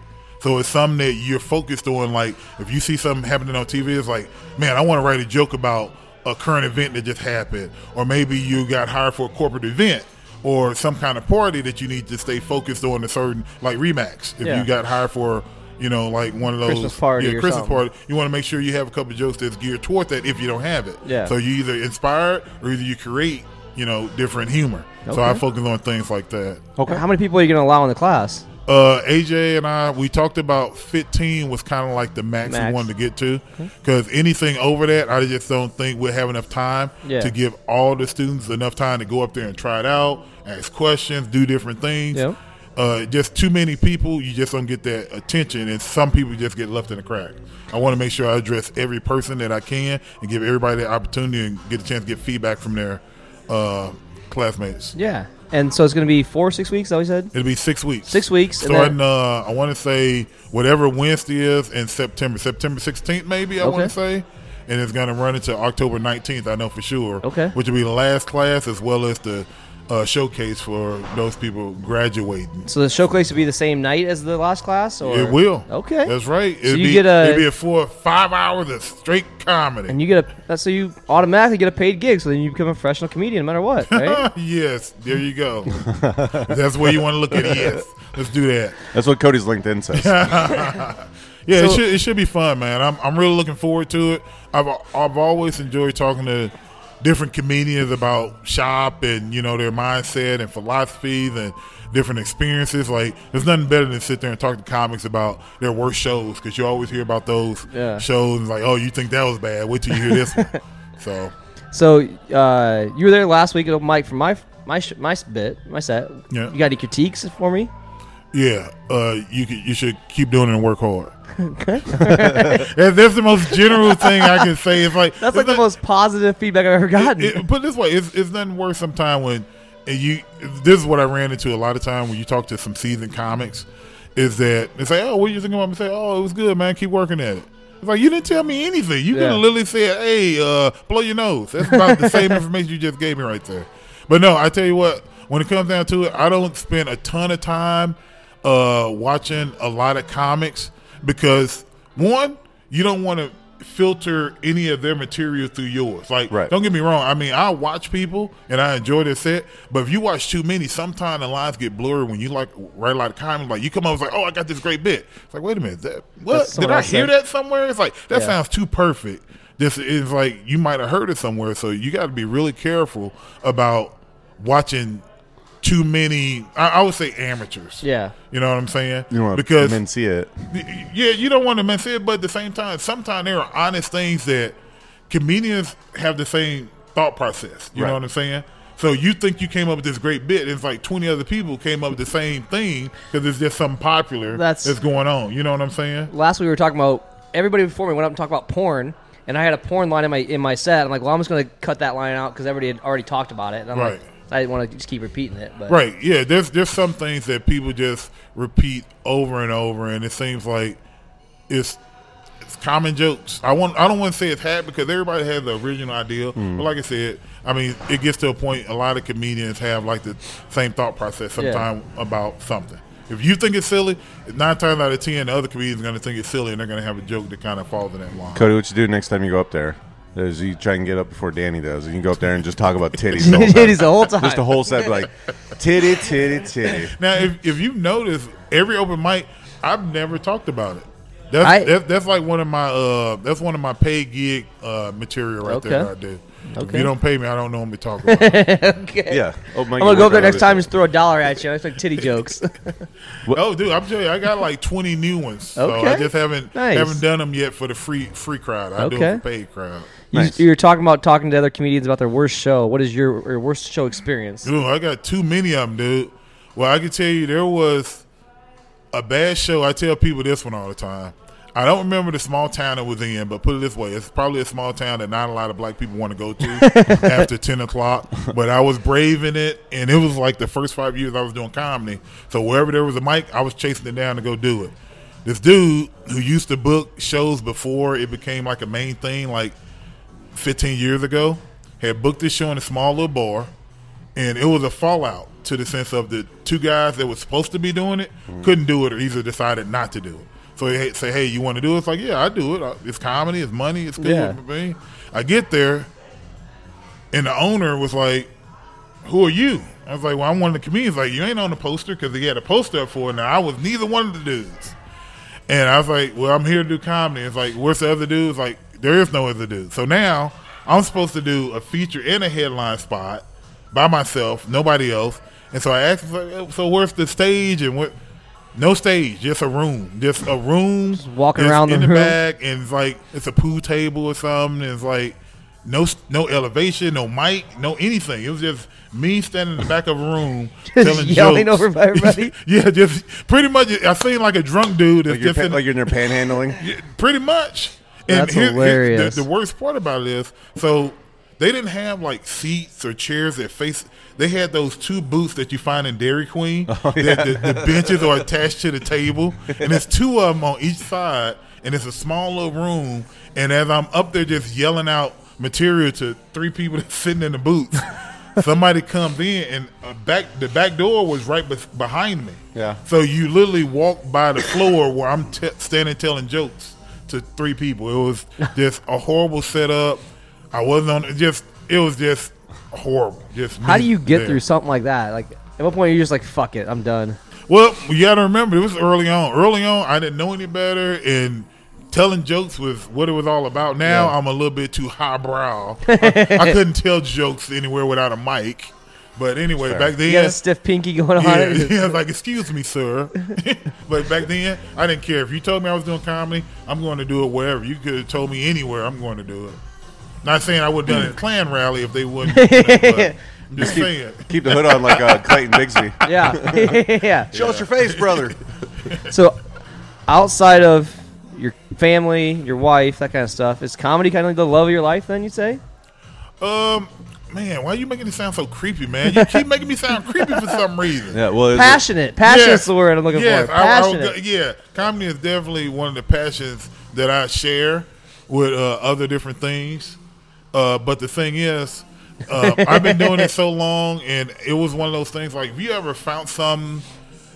S4: So it's something that you're focused on. Like if you see something happening on TV, it's like, man, I want to write a joke about a current event that just happened, or maybe you got hired for a corporate event. Or some kind of party that you need to stay focused on a certain, like Remax. If
S8: Yeah.
S4: you got hired for, you know, like one of those
S8: Christmas party
S4: yeah,
S8: or
S4: Christmas
S8: something.
S4: party, you want to make sure you have a couple jokes that's geared toward that. If you don't have it,
S8: Yeah.
S4: So you either inspire or either you create, you know, different humor. So I
S3: Okay.
S4: focus on things like that.
S3: How many people are you going to allow in the class?
S4: Uh, AJ and I, we talked about 15 was kind of like the max, we
S3: Max.
S4: wanted to get to. Because anything over that, I just don't think we'll have enough time
S8: Yeah.
S4: to give all the students enough time to go up there and try it out, ask questions, do different things.
S8: Yeah.
S4: Uh, just too many people, you just don't get that attention, and some people just get left in the crack. I want to make sure I address every person that I can and give everybody the opportunity and get a chance to get feedback from their uh, classmates.
S3: Yeah. And so it's going to be four, six weeks. Is that what you said?
S4: It'll be six weeks.
S3: Six weeks. and
S4: Starting,
S3: then-
S4: uh, I want to say whatever Wednesday is in September, September 16th, maybe, I want
S8: Okay.
S4: to say. And it's going to run into October 19th, I know for sure.
S8: Okay.
S4: Which will be the last class as well as the uh, showcase for those people graduating.
S3: so the showcase will be the same night as the last class, or
S4: It will.
S3: Okay.
S4: That's right.
S3: so
S4: It'll
S3: you
S4: be,
S3: get a,
S4: it'll be a four, five hours of straight comedy.
S3: and you get a. That's so you automatically get a paid gig. So then you become a professional comedian, no matter what, right?
S4: yes, there you go. That's where you want to look at. it. Yes, let's do that.
S5: That's what Cody's LinkedIn says.
S4: yeah, it
S5: So-
S4: should it should be fun, man. I'm I'm really looking forward to it. I've I've always enjoyed talking to different comedians about shop and you know their mindset and philosophies and different experiences. Like there's nothing better than sit there and talk to comics about their worst shows because you always hear about those
S3: Yeah.
S4: shows and like, oh, you think that was bad? Wait till you hear this one. So
S3: So uh, you were there last week at open mic for my my sh- my bit my set.
S4: Yeah.
S3: You got any critiques for me?
S4: yeah, uh, you could, you should keep doing it and work hard. That- that's the most general thing I can say. It's like
S3: That's like the most positive feedback I've ever gotten.
S4: It- it- put it this way, it's, it's nothing worse sometimes when and you. This is what I ran into a lot of time when you talk to some seasoned comics, is that they say, "Oh, what you think about?" me?" Say, "Oh, it was good, man. Keep working at it." It's like you didn't tell me anything. You could
S8: Yeah.
S4: have literally said, "Hey, uh, blow your nose." That's about the same information you just gave me right there. But no, I tell you what. When it comes down to it, I don't spend a ton of time uh, watching a lot of comics because one, you don't want to filter any of their material through yours. Like, don't get me wrong. I mean, I watch people and I enjoy their set, but if you watch too many, sometimes the lines get blurry when you like write a lot of comments. Like, you come up and it's like, oh, I got this great bit. It's like, wait a minute, that what
S8: That's
S4: did
S8: someone
S4: I
S8: else
S4: hear
S8: said.
S4: that somewhere? It's like that
S8: Yeah.
S4: sounds too perfect. This is like you might have heard it somewhere, so you got to be really careful about watching too many. I, I would say amateurs.
S3: Yeah.
S4: you know what I'm saying?
S5: You know,
S4: because
S5: men see it.
S4: yeah, you don't want to miss it, but at the same time, sometimes there are honest things that comedians have the same thought process. You
S8: Right.
S4: know what I'm saying? So you think you came up with this great bit, and it's like 20 other people came up with the same thing because it's just something popular
S3: That's-
S4: that's, going on. You know what I'm saying?
S3: last week we were talking about everybody before me went up and talked about porn, and I had a porn line in my in my set. I'm like, well, I'm just gonna cut that line out because everybody had already talked about it. And I'm
S4: Right.
S3: like, I didn't want to just keep repeating it, but
S4: Right. Yeah. There's there's some things that people just repeat over and over, and it seems like it's it's common jokes. I want I don't want to say it's had because everybody has the original idea.
S8: Mm.
S4: But like I said, I mean, it gets to a point. A lot of comedians have like the same thought process
S8: Yeah.
S4: sometime about something. If you think it's silly, nine times out of ten, the other comedians are going to think it's silly, and they're going to have a joke that kind of falls in that line.
S5: Cody, what you do next time you go up there? Is you try and get up before Danny does. You can go up there and just talk about titties. The whole time.
S4: Titties the whole time.
S5: Just the whole set, like titty, titty, titty.
S4: Now, if, if you notice, every open mic, I've never talked about it. That's,
S5: I-
S4: that's that's like one of my uh that's one of my paid gig uh material right there.
S3: Okay.
S4: That I do. If
S3: Okay.
S4: you don't pay me, I don't know what to talk about. okay.
S5: Yeah. Oh,
S3: I'm gonna go up there next time and just throw a dollar at you. I like titty jokes.
S4: Oh, dude, I'm telling you, I got like 20 new ones. So I
S3: Okay.
S4: just haven't
S3: Nice.
S4: haven't done them yet for the free free crowd. I do it
S3: Okay.
S4: for paid crowd.
S3: You, You're talking about talking to other comedians about their worst show. What is your, your worst show experience?
S4: Dude, I got too many of them, dude. Well, I can tell you there was a bad show. I tell people this one all the time. I don't remember the small town it was in, but put it this way: it's probably a small town that not a lot of black people want to go to after ten o'clock. But I was brave in it, and it was like the first five years I was doing comedy. So wherever there was a mic, I was chasing it down to go do it. This dude who used to book shows before it became like a main thing, like 15 years ago, had booked this show in a small little bar, and it was a fallout to the sense of the two guys that were supposed to be doing it couldn't do it or either decided not to do it. So they say, hey, you want to do it? It's like, yeah, I do it. Uh, It's comedy, it's money, it's cool
S6: Yeah.
S4: with me. I get there, and the owner was like, who are you? I was like, well, I'm one of the comedians. Like, you ain't on the poster because he had a poster up for it. Now, I was neither one of the dudes. And I was like, well, I'm here to do comedy. It's like, where's the other dude? It's like, there is no other dude. So now I'm supposed to do a feature and a headline spot by myself, nobody else. And so I asked, him, like, so where's the stage? And what? No stage, just a room, just a room. Just
S3: walking around the
S4: in the,
S3: room.
S4: back, and it's like it's a pool table or something. And it's like no s- no elevation, no mic, no anything. It was just me standing in the back of a room telling
S5: yelling
S4: jokes.
S5: over everybody?
S4: yeah, just pretty much. I seem like a drunk dude. that's
S5: Like you're,
S4: just
S5: pan-
S4: in-
S5: like you're in there panhandling.
S4: pretty much.
S5: That's
S4: here- here-
S5: hilarious.
S4: the, the worst part about it is, so they didn't have like seats or chairs that face. They had those two booths that you find in Dairy Queen. that the, the benches are attached to the table, and there's two of them on each side, and it's a small little room. And as I'm up there just yelling out material to three people that's sitting in the booth, somebody comes in, and uh, back the back door was right bef- behind me.
S5: Yeah.
S4: So you literally walk by the floor where I'm t- standing telling jokes to three people. It was just a horrible setup. I wasn't on. It just it was just horrible. Just
S3: How do
S4: me
S3: you get
S4: there.
S3: through something like that? Like at what point are you just like fuck it, I'm done.
S4: Well, you got to remember it was early on. Early on, I didn't know any better, and telling jokes was what it was all about. Now I'm a little bit too highbrow. I, I couldn't tell jokes anywhere without a mic. But anyway,
S3: Fair.
S4: back then
S3: You got a stiff pinky going on.
S4: Yeah, yeah, I was like, excuse me, sir. but back then, I didn't care if you told me I was doing comedy. I'm going to do it wherever. You could have told me anywhere. I'm going to do it. Not saying I would have done it at Klan rally if they wouldn't. but I'm just
S5: keep,
S4: saying.
S5: keep the hood on like uh, Clayton Bigsby.
S3: Yeah. Yeah.
S5: Show us your face, brother.
S3: So outside of your family, your wife, that kind of stuff, is comedy kind of like the love of your life then you say?
S4: Um, man, why are you making it sound so creepy, man? You keep making me sound creepy for some reason.
S5: Yeah, well, it's-
S3: Passionate. Passionate's the word I'm looking
S4: Yes,
S3: for.
S4: I- I would
S3: Passionate.
S4: go- yeah, comedy is definitely one of the passions that I share with uh, other different things. Uh, but the thing is, uh, I've been doing it so long, and it was one of those things. Like, if you ever found something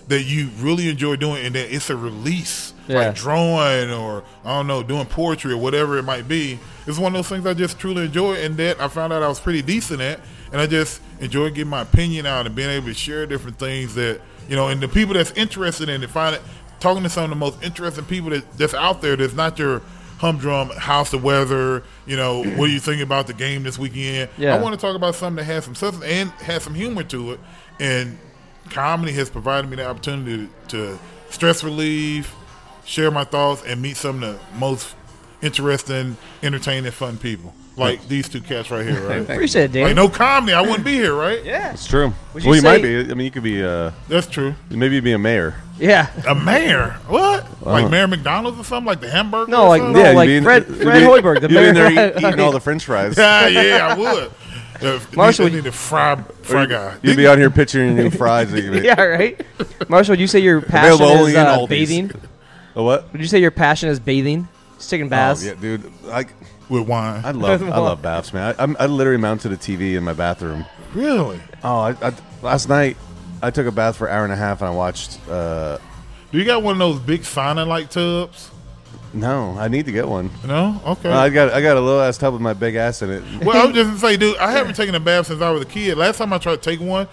S4: that you really enjoy doing, and that it's a release,
S6: Yeah.
S4: like drawing or I don't know, doing poetry or whatever it might be, it's one of those things I just truly enjoy, and that I found out I was pretty decent at, and I just enjoy getting my opinion out and being able to share different things that you know, and the people that's interested in it find it. Talking to some of the most interesting people that, that's out there that's not your humdrum house of weather. You know, what do you think about the game this weekend?
S6: Yeah.
S4: I want to talk about something that has some substance and has some humor to it. And comedy has provided me the opportunity to, to stress relieve, share my thoughts, and meet some of the most interesting, entertaining, fun people. Like these two cats right here, right?
S5: Appreciate it, Dan.
S4: Like no comedy, I wouldn't be here, right?
S3: yeah.
S5: It's true.
S4: Would you
S5: well, you might
S4: say-
S5: be. I mean, you could be. Uh,
S4: That's true.
S5: Maybe you'd be a mayor.
S3: Yeah.
S4: A mayor? What? Like
S5: Wow.
S4: Mayor McDonald's or something? Like the
S3: Uh-huh.
S4: hamburger?
S3: No,
S4: or
S3: like-
S4: something?
S3: no, Yeah, you'd like be in- Fred- you'd Fred be- Hoiberg, the
S5: you'd be
S3: mayor.
S5: in there eat- eating all the French fries.
S4: yeah, yeah, I would. If,
S3: Marshall,
S4: Marshall, need, need a fry, fry
S5: Or
S4: guy.
S5: You'd be out here pitching your new fries. That you make.
S3: yeah, right. Marshall, would you say your passion
S5: Available only
S3: is
S5: in
S3: uh,
S5: Aldi's.
S3: bathing?
S5: A what?
S3: Would you say your passion is bathing? Just taking baths.
S5: Oh, yeah, dude. I,
S4: With wine.
S5: I love
S3: With
S5: I love
S3: wine.
S5: baths, man. I, I'm, I literally mounted a TV in my bathroom.
S4: Really?
S5: Oh, I, I, last night I took a bath for an hour and a half and I watched. Uh,
S4: Do you got one of those big sauna like tubs?
S5: No, I need to get one.
S4: No, okay.
S5: I got I got a little ass tub with my big ass in it.
S4: Well, I was just gonna say, dude, I haven't taken a bath since I was a kid. Last time I tried to take one,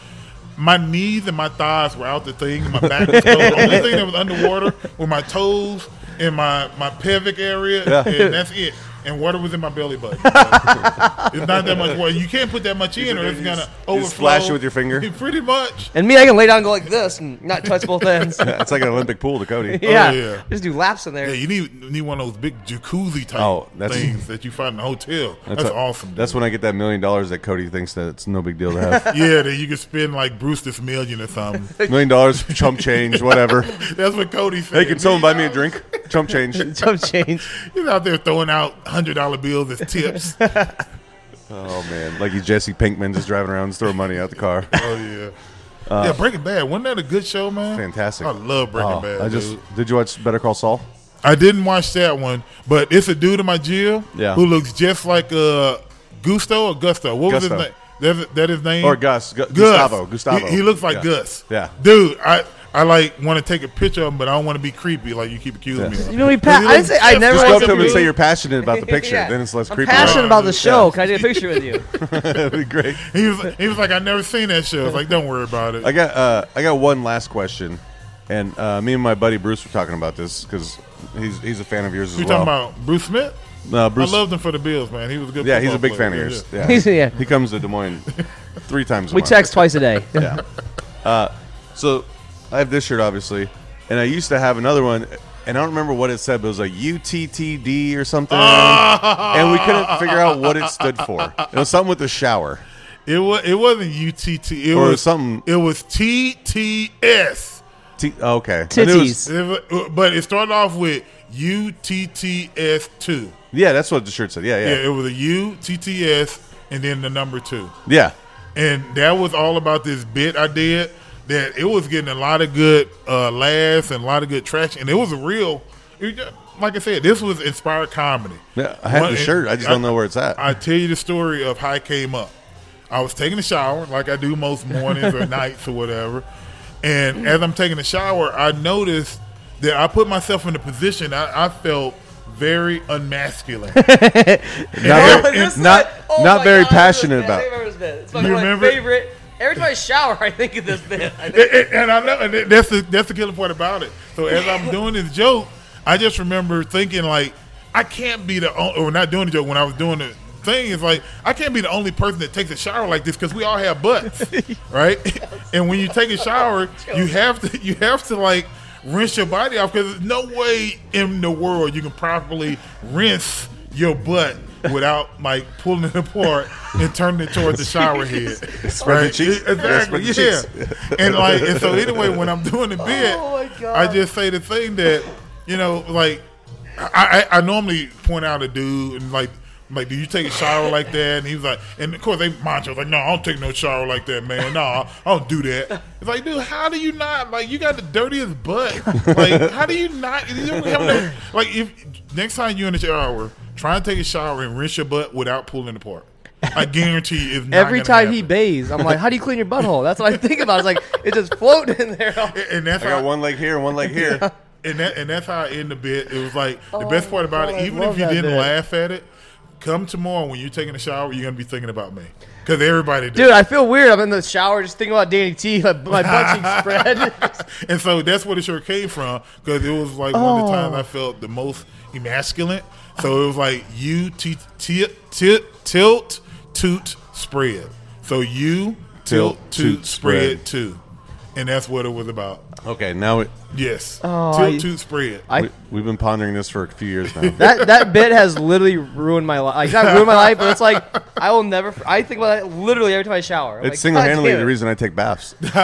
S4: my knees and my thighs were out the thing, and my back was cold. the only thing that was underwater were my toes and my, my pelvic area,
S5: Yeah.
S4: and that's it. And water was in my belly button. it's not that much water. You can't put that much in, or it's gonna overflow.
S5: splash it with your finger?
S4: Pretty much.
S3: And me, I can lay down and go like this and not touch both ends.
S5: it's like an Olympic pool to Cody.
S3: Yeah. Just do laps in there.
S4: Yeah, you need you need one of those big jacuzzi type
S5: Oh, that's-
S4: things that you find in a hotel. That's,
S5: a-
S4: awesome.
S5: That's when I get that million dollars that Cody thinks that it's no big deal to have.
S4: yeah, that you can spend like Bruce this million or something.
S5: million dollars, chump change, whatever.
S4: That's what Cody said.
S5: Hey, can someone buy me a drink? Chump change.
S3: Chump change.
S4: He's out there throwing out hundred dollar bills as tips.
S5: Oh man, like you Jesse Pinkman just driving around, just throwing money out the car.
S4: Oh yeah.
S5: Uh,
S4: yeah, Breaking Bad. Wasn't that a good show, man?
S5: fantastic.
S4: I love Breaking
S5: Oh,
S4: Bad.
S5: I just did you watch Better Call Saul?
S4: I didn't watch that one, but it's a dude in my gym
S5: Yeah.
S4: who looks just like uh, Gusto or Gusto. What was his
S5: Gusto.
S4: name? That, that his name
S5: Or Gus, Gu-
S4: Gus.
S5: Gustavo, Gustavo.
S4: He, he looks like
S5: Yeah.
S4: Gus.
S5: Yeah.
S4: dude. I I like want to take a picture of him, but I don't want to be creepy like you keep accusing me. of.
S3: You know, we
S4: 'Cause
S3: pa-
S4: he
S3: I
S4: looks
S3: say- I
S4: just
S3: never
S4: like
S5: Just go up to him
S4: him.
S5: and say you're passionate about the picture.
S3: Yeah.
S5: Then it's less
S3: I'm
S5: creepy.
S3: passionate about the show.
S5: Yeah.
S3: Can I get a picture with you?
S5: That'd be great.
S4: He was he was like I never seen that show. I was like don't worry about it.
S5: I got uh, I got one last question, and uh, me and my buddy Bruce were talking about this because he's he's a fan of yours as
S4: you
S5: well.
S4: talking about Bruce Smith?
S5: No, Bruce-
S4: I loved him for the Bills, man. He was a good.
S5: yeah, he's a
S4: football
S5: big
S4: player.
S5: fan of
S4: Yeah,
S5: yours.
S4: yeah.
S5: Yeah,
S3: He's- yeah.
S5: he comes to Des Moines three times. A
S3: We
S5: month.
S3: text twice a day.
S5: yeah. Uh, so I have this shirt, obviously, and I used to have another one, and I don't remember what it said, but it was like UTTD or something, and we couldn't figure out what it stood for. It was something with the shower.
S4: It was it wasn't UTT. It
S5: Or
S4: was
S5: something-
S4: It was TTS.
S5: T- oh, okay, I knew it was-
S4: It wa- but it started off with UTTS two.
S5: yeah, that's what the shirt said. Yeah,
S4: Yeah.
S5: yeah,
S4: it was a UTTS and then the number two.
S5: yeah.
S4: And that was all about this bit I did that it was getting a lot of good uh, laughs and a lot of good traction. And it was a real, it was- like I said, this was inspired comedy.
S5: Yeah, I have
S4: One-
S5: the shirt. I just don't know where it's at.
S4: I tell you the story of how it came up. I was taking a shower, like I do most mornings or nights or whatever. And as I'm taking a shower, I noticed that I put myself in a position I, I felt very unmasculine.
S3: Oh,
S5: Not,
S4: And-
S5: very- not, not very passionate about.
S3: It's
S4: fucking You my remember?
S3: favorite. Every time I shower, I think of this bit.
S4: and, and- and I know and that- that's the that's the killer part about it. So as I'm doing this joke, I just remember thinking like, I can't be the on- or not doing the joke when I was doing the thing. It's like I can't be the only person that takes a shower like this because we all have butts, right? and when you take a shower, you have to you have to like rinse your body off because there's no way in the world you can properly rinse your butt without like pulling it apart and turning it towards the shower head.
S5: Spread the cheeks.
S4: Exactly.
S5: Spread the
S4: Yeah.
S5: cheeks.
S4: And like and so anyway, when I'm doing the bit,
S6: Oh, my God.
S4: I just say the thing that, you know, like I, I, I normally point out a dude and like like, do you take a shower like that? And he was like, and of course they macho like, no, I don't take no shower like that, man. No, I don't do that. It's like, dude, how do you not like? You got the dirtiest butt. Like, how do you not? You don't have no, like, if next time you're in the shower, try and take a shower and rinse your butt without pulling it apart. I guarantee it's not
S3: Every
S4: gonna
S3: time
S4: happen.
S3: he bathes, I'm like, how do you clean your butthole? That's what I think about. It's like, it's just floating in there.
S4: and that's
S5: I got one leg here and one leg here.
S4: and that and that's how I end the bit. It was like the
S3: Oh
S4: best part about
S3: God,
S4: it,
S3: I
S4: even
S3: love
S4: if you
S3: that
S4: didn't
S3: bit.
S4: laugh at it, come tomorrow when you're taking a shower, you're gonna be thinking about me because everybody does.
S3: Dude, I feel weird. I'm in the shower just thinking about Danny T. My, my butt cheeks spread.
S4: and so that's where the shirt came from because it was like one of the
S3: Oh.
S4: times I felt the most emasculate. So it was like you t- t- t- tilt toot spread. So you tilt
S5: Tilt,
S4: toot
S5: toot,
S4: spread
S5: spread.
S4: too, and that's what it was about.
S5: Okay, now it.
S4: Yes,
S3: Oh, I-
S4: tilt toot spread.
S3: I-
S5: we, we've been pondering this for a few years now.
S3: That that bit has literally ruined my life. Like, not ruined my life, but it's like I will never. I think about that literally every time I shower. I'm
S5: it's
S3: like,
S5: single handedly
S3: "God damn
S5: the
S3: it."
S5: reason I take baths.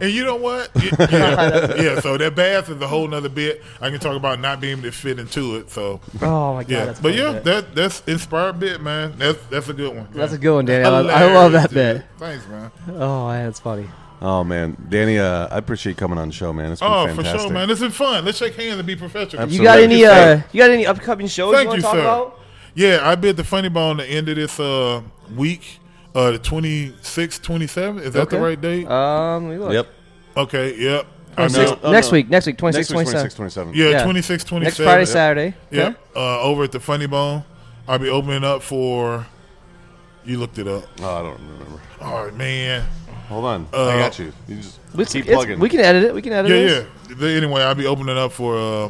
S4: and you know what? Yeah, yeah, yeah, so that bath is a whole nother bit. I can talk about not being able to fit into it. So,
S3: Oh, my God,
S4: yeah.
S3: that's
S4: but
S3: funny
S4: yeah,
S3: bit.
S4: that that's inspired bit, man. That's that's a good one.
S3: That's
S4: Yeah.
S3: a good one, Danny. I love, I love that
S4: Hilarious,
S3: bit.
S4: dude. Thanks, man.
S3: Oh, man, that's funny.
S5: Oh man, Danny, uh, I appreciate you coming on the show, man. It's been
S4: Oh,
S5: fantastic.
S4: for sure, man. This is fun. Let's shake hands and be professional.
S5: Absolutely.
S3: You got any? Uh,
S5: Thank
S3: you got any upcoming shows you want to talk about?
S4: Yeah, I bid the funny bone the end of this uh, week, uh, the 26th, 27th. Is that the
S3: Okay. Uh,
S4: right date?
S3: Um, let me look.
S5: Yep.
S4: Okay, yep.
S3: 26 next week, next week, 26, 27.
S4: Yeah, 26, 27.
S3: Next Friday, Saturday.
S4: Yep. Uh, over at the Funny Bone, I'll be opening up for. You looked it up.
S5: Oh, I don't remember.
S4: All right, man.
S5: Hold on.
S4: Uh,
S5: I got you. You just
S4: Let's-
S5: keep
S4: it's-
S5: plugging.
S3: we can edit it. We can edit
S4: yeah,
S3: this.
S4: Yeah, The- Anyway, I'll be opening up for uh,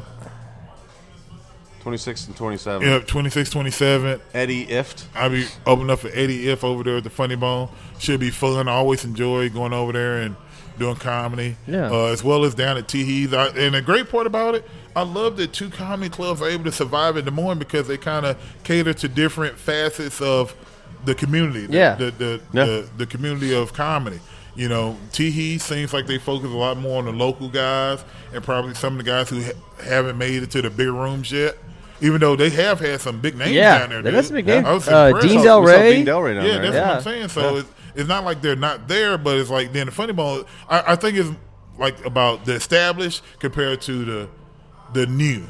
S5: 26 and 27.
S4: yeah, 26, 27.
S5: Eddie Ift.
S4: I'll be opening up for Eddie If over there at the Funny Bone. Should be fun. I always enjoy going over there and doing comedy.
S5: Yeah.
S4: Uh, as well as down at Teehee's. I, and the great part about it, I love that two comedy clubs are able to survive in Des Moines because they kind of cater to different facets of the community. The,
S3: Yeah.
S4: The, the,
S3: Yeah.
S4: the, the community of comedy. You know, Teehee seems like they focus a lot more on the local guys and probably some of the guys who ha- haven't made it to the bigger rooms yet. Even though they have had some big names
S3: Yeah,
S4: down there,
S3: they
S4: dude.
S3: got some big names.
S4: I was
S3: Uh,
S4: impressed.
S3: Dean
S5: Oh,
S3: Del We saw Rey. Dean Del Rey
S4: Yeah,
S3: down there,
S4: that's
S3: yeah.
S4: what I'm saying. So
S3: Yeah.
S4: it's, it's not like they're not there, but it's like then the funny bone. I, I think it's like about the established compared to the the new. You know,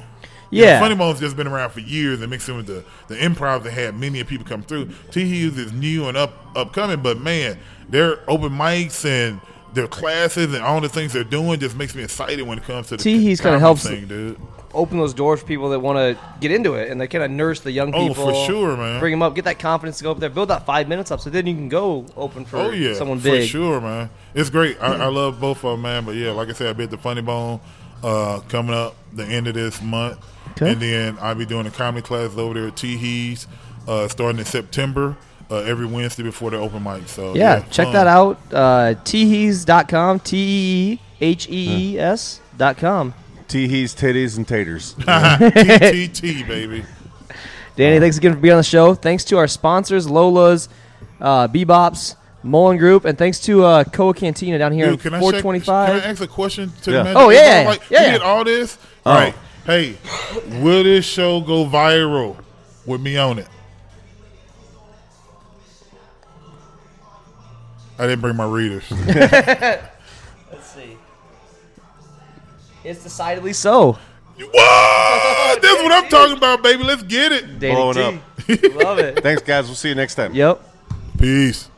S3: Yeah.
S4: funny bone's just been around for years and mixing with the the improv that had many of people come through. T Hughes is new and up upcoming, but man, their open mics and their classes and all the things they're doing just makes me excited when it comes to the
S3: Teehee's kind
S4: comedy
S3: of helps
S4: thing, dude.
S3: open those doors for people that want to get into it, and they kind of nurse the young
S4: Oh,
S3: people.
S4: for sure, man.
S3: Bring them up, get that confidence to go up there, build that five minutes up, so then you can go open for
S4: oh yeah,
S3: someone
S4: for
S3: big. Hmm.
S4: sure, man. It's great. I, I love both of them, man. But yeah, like I said, I bit the funny bone uh, coming up the end of this month,
S3: Okay.
S4: and then I'll be doing a comedy class over there at Teehee's uh, starting in September. Uh, every Wednesday before the open mic. So
S3: yeah, check
S4: fun.
S3: that out. Uh, teehees.com, T E E H E E S dot com.
S5: Teehees, titties, and taters.
S4: TTT baby.
S3: Danny, thanks again for being on the show. Thanks to our sponsors, Lola's, uh, Bebops, Mullen Group, and thanks to uh, Coa Cantina down here
S4: Dude,
S3: in
S4: can I, check, can
S3: 425.
S4: I ask a question to
S3: Yeah.
S4: the
S3: Oh, yeah,
S4: manager?
S3: yeah,
S4: Like,
S3: yeah,
S4: we
S3: yeah.
S4: did all this.
S3: Oh.
S4: All right. Hey, will this show go viral with me on it? I didn't bring my readers.
S3: Let's see. It's decidedly so.
S4: What? That's what I'm talking about, baby. Let's get it.
S5: Blowing up.
S3: Love it.
S5: Thanks, guys. We'll see you next time.
S3: Yep.
S4: Peace.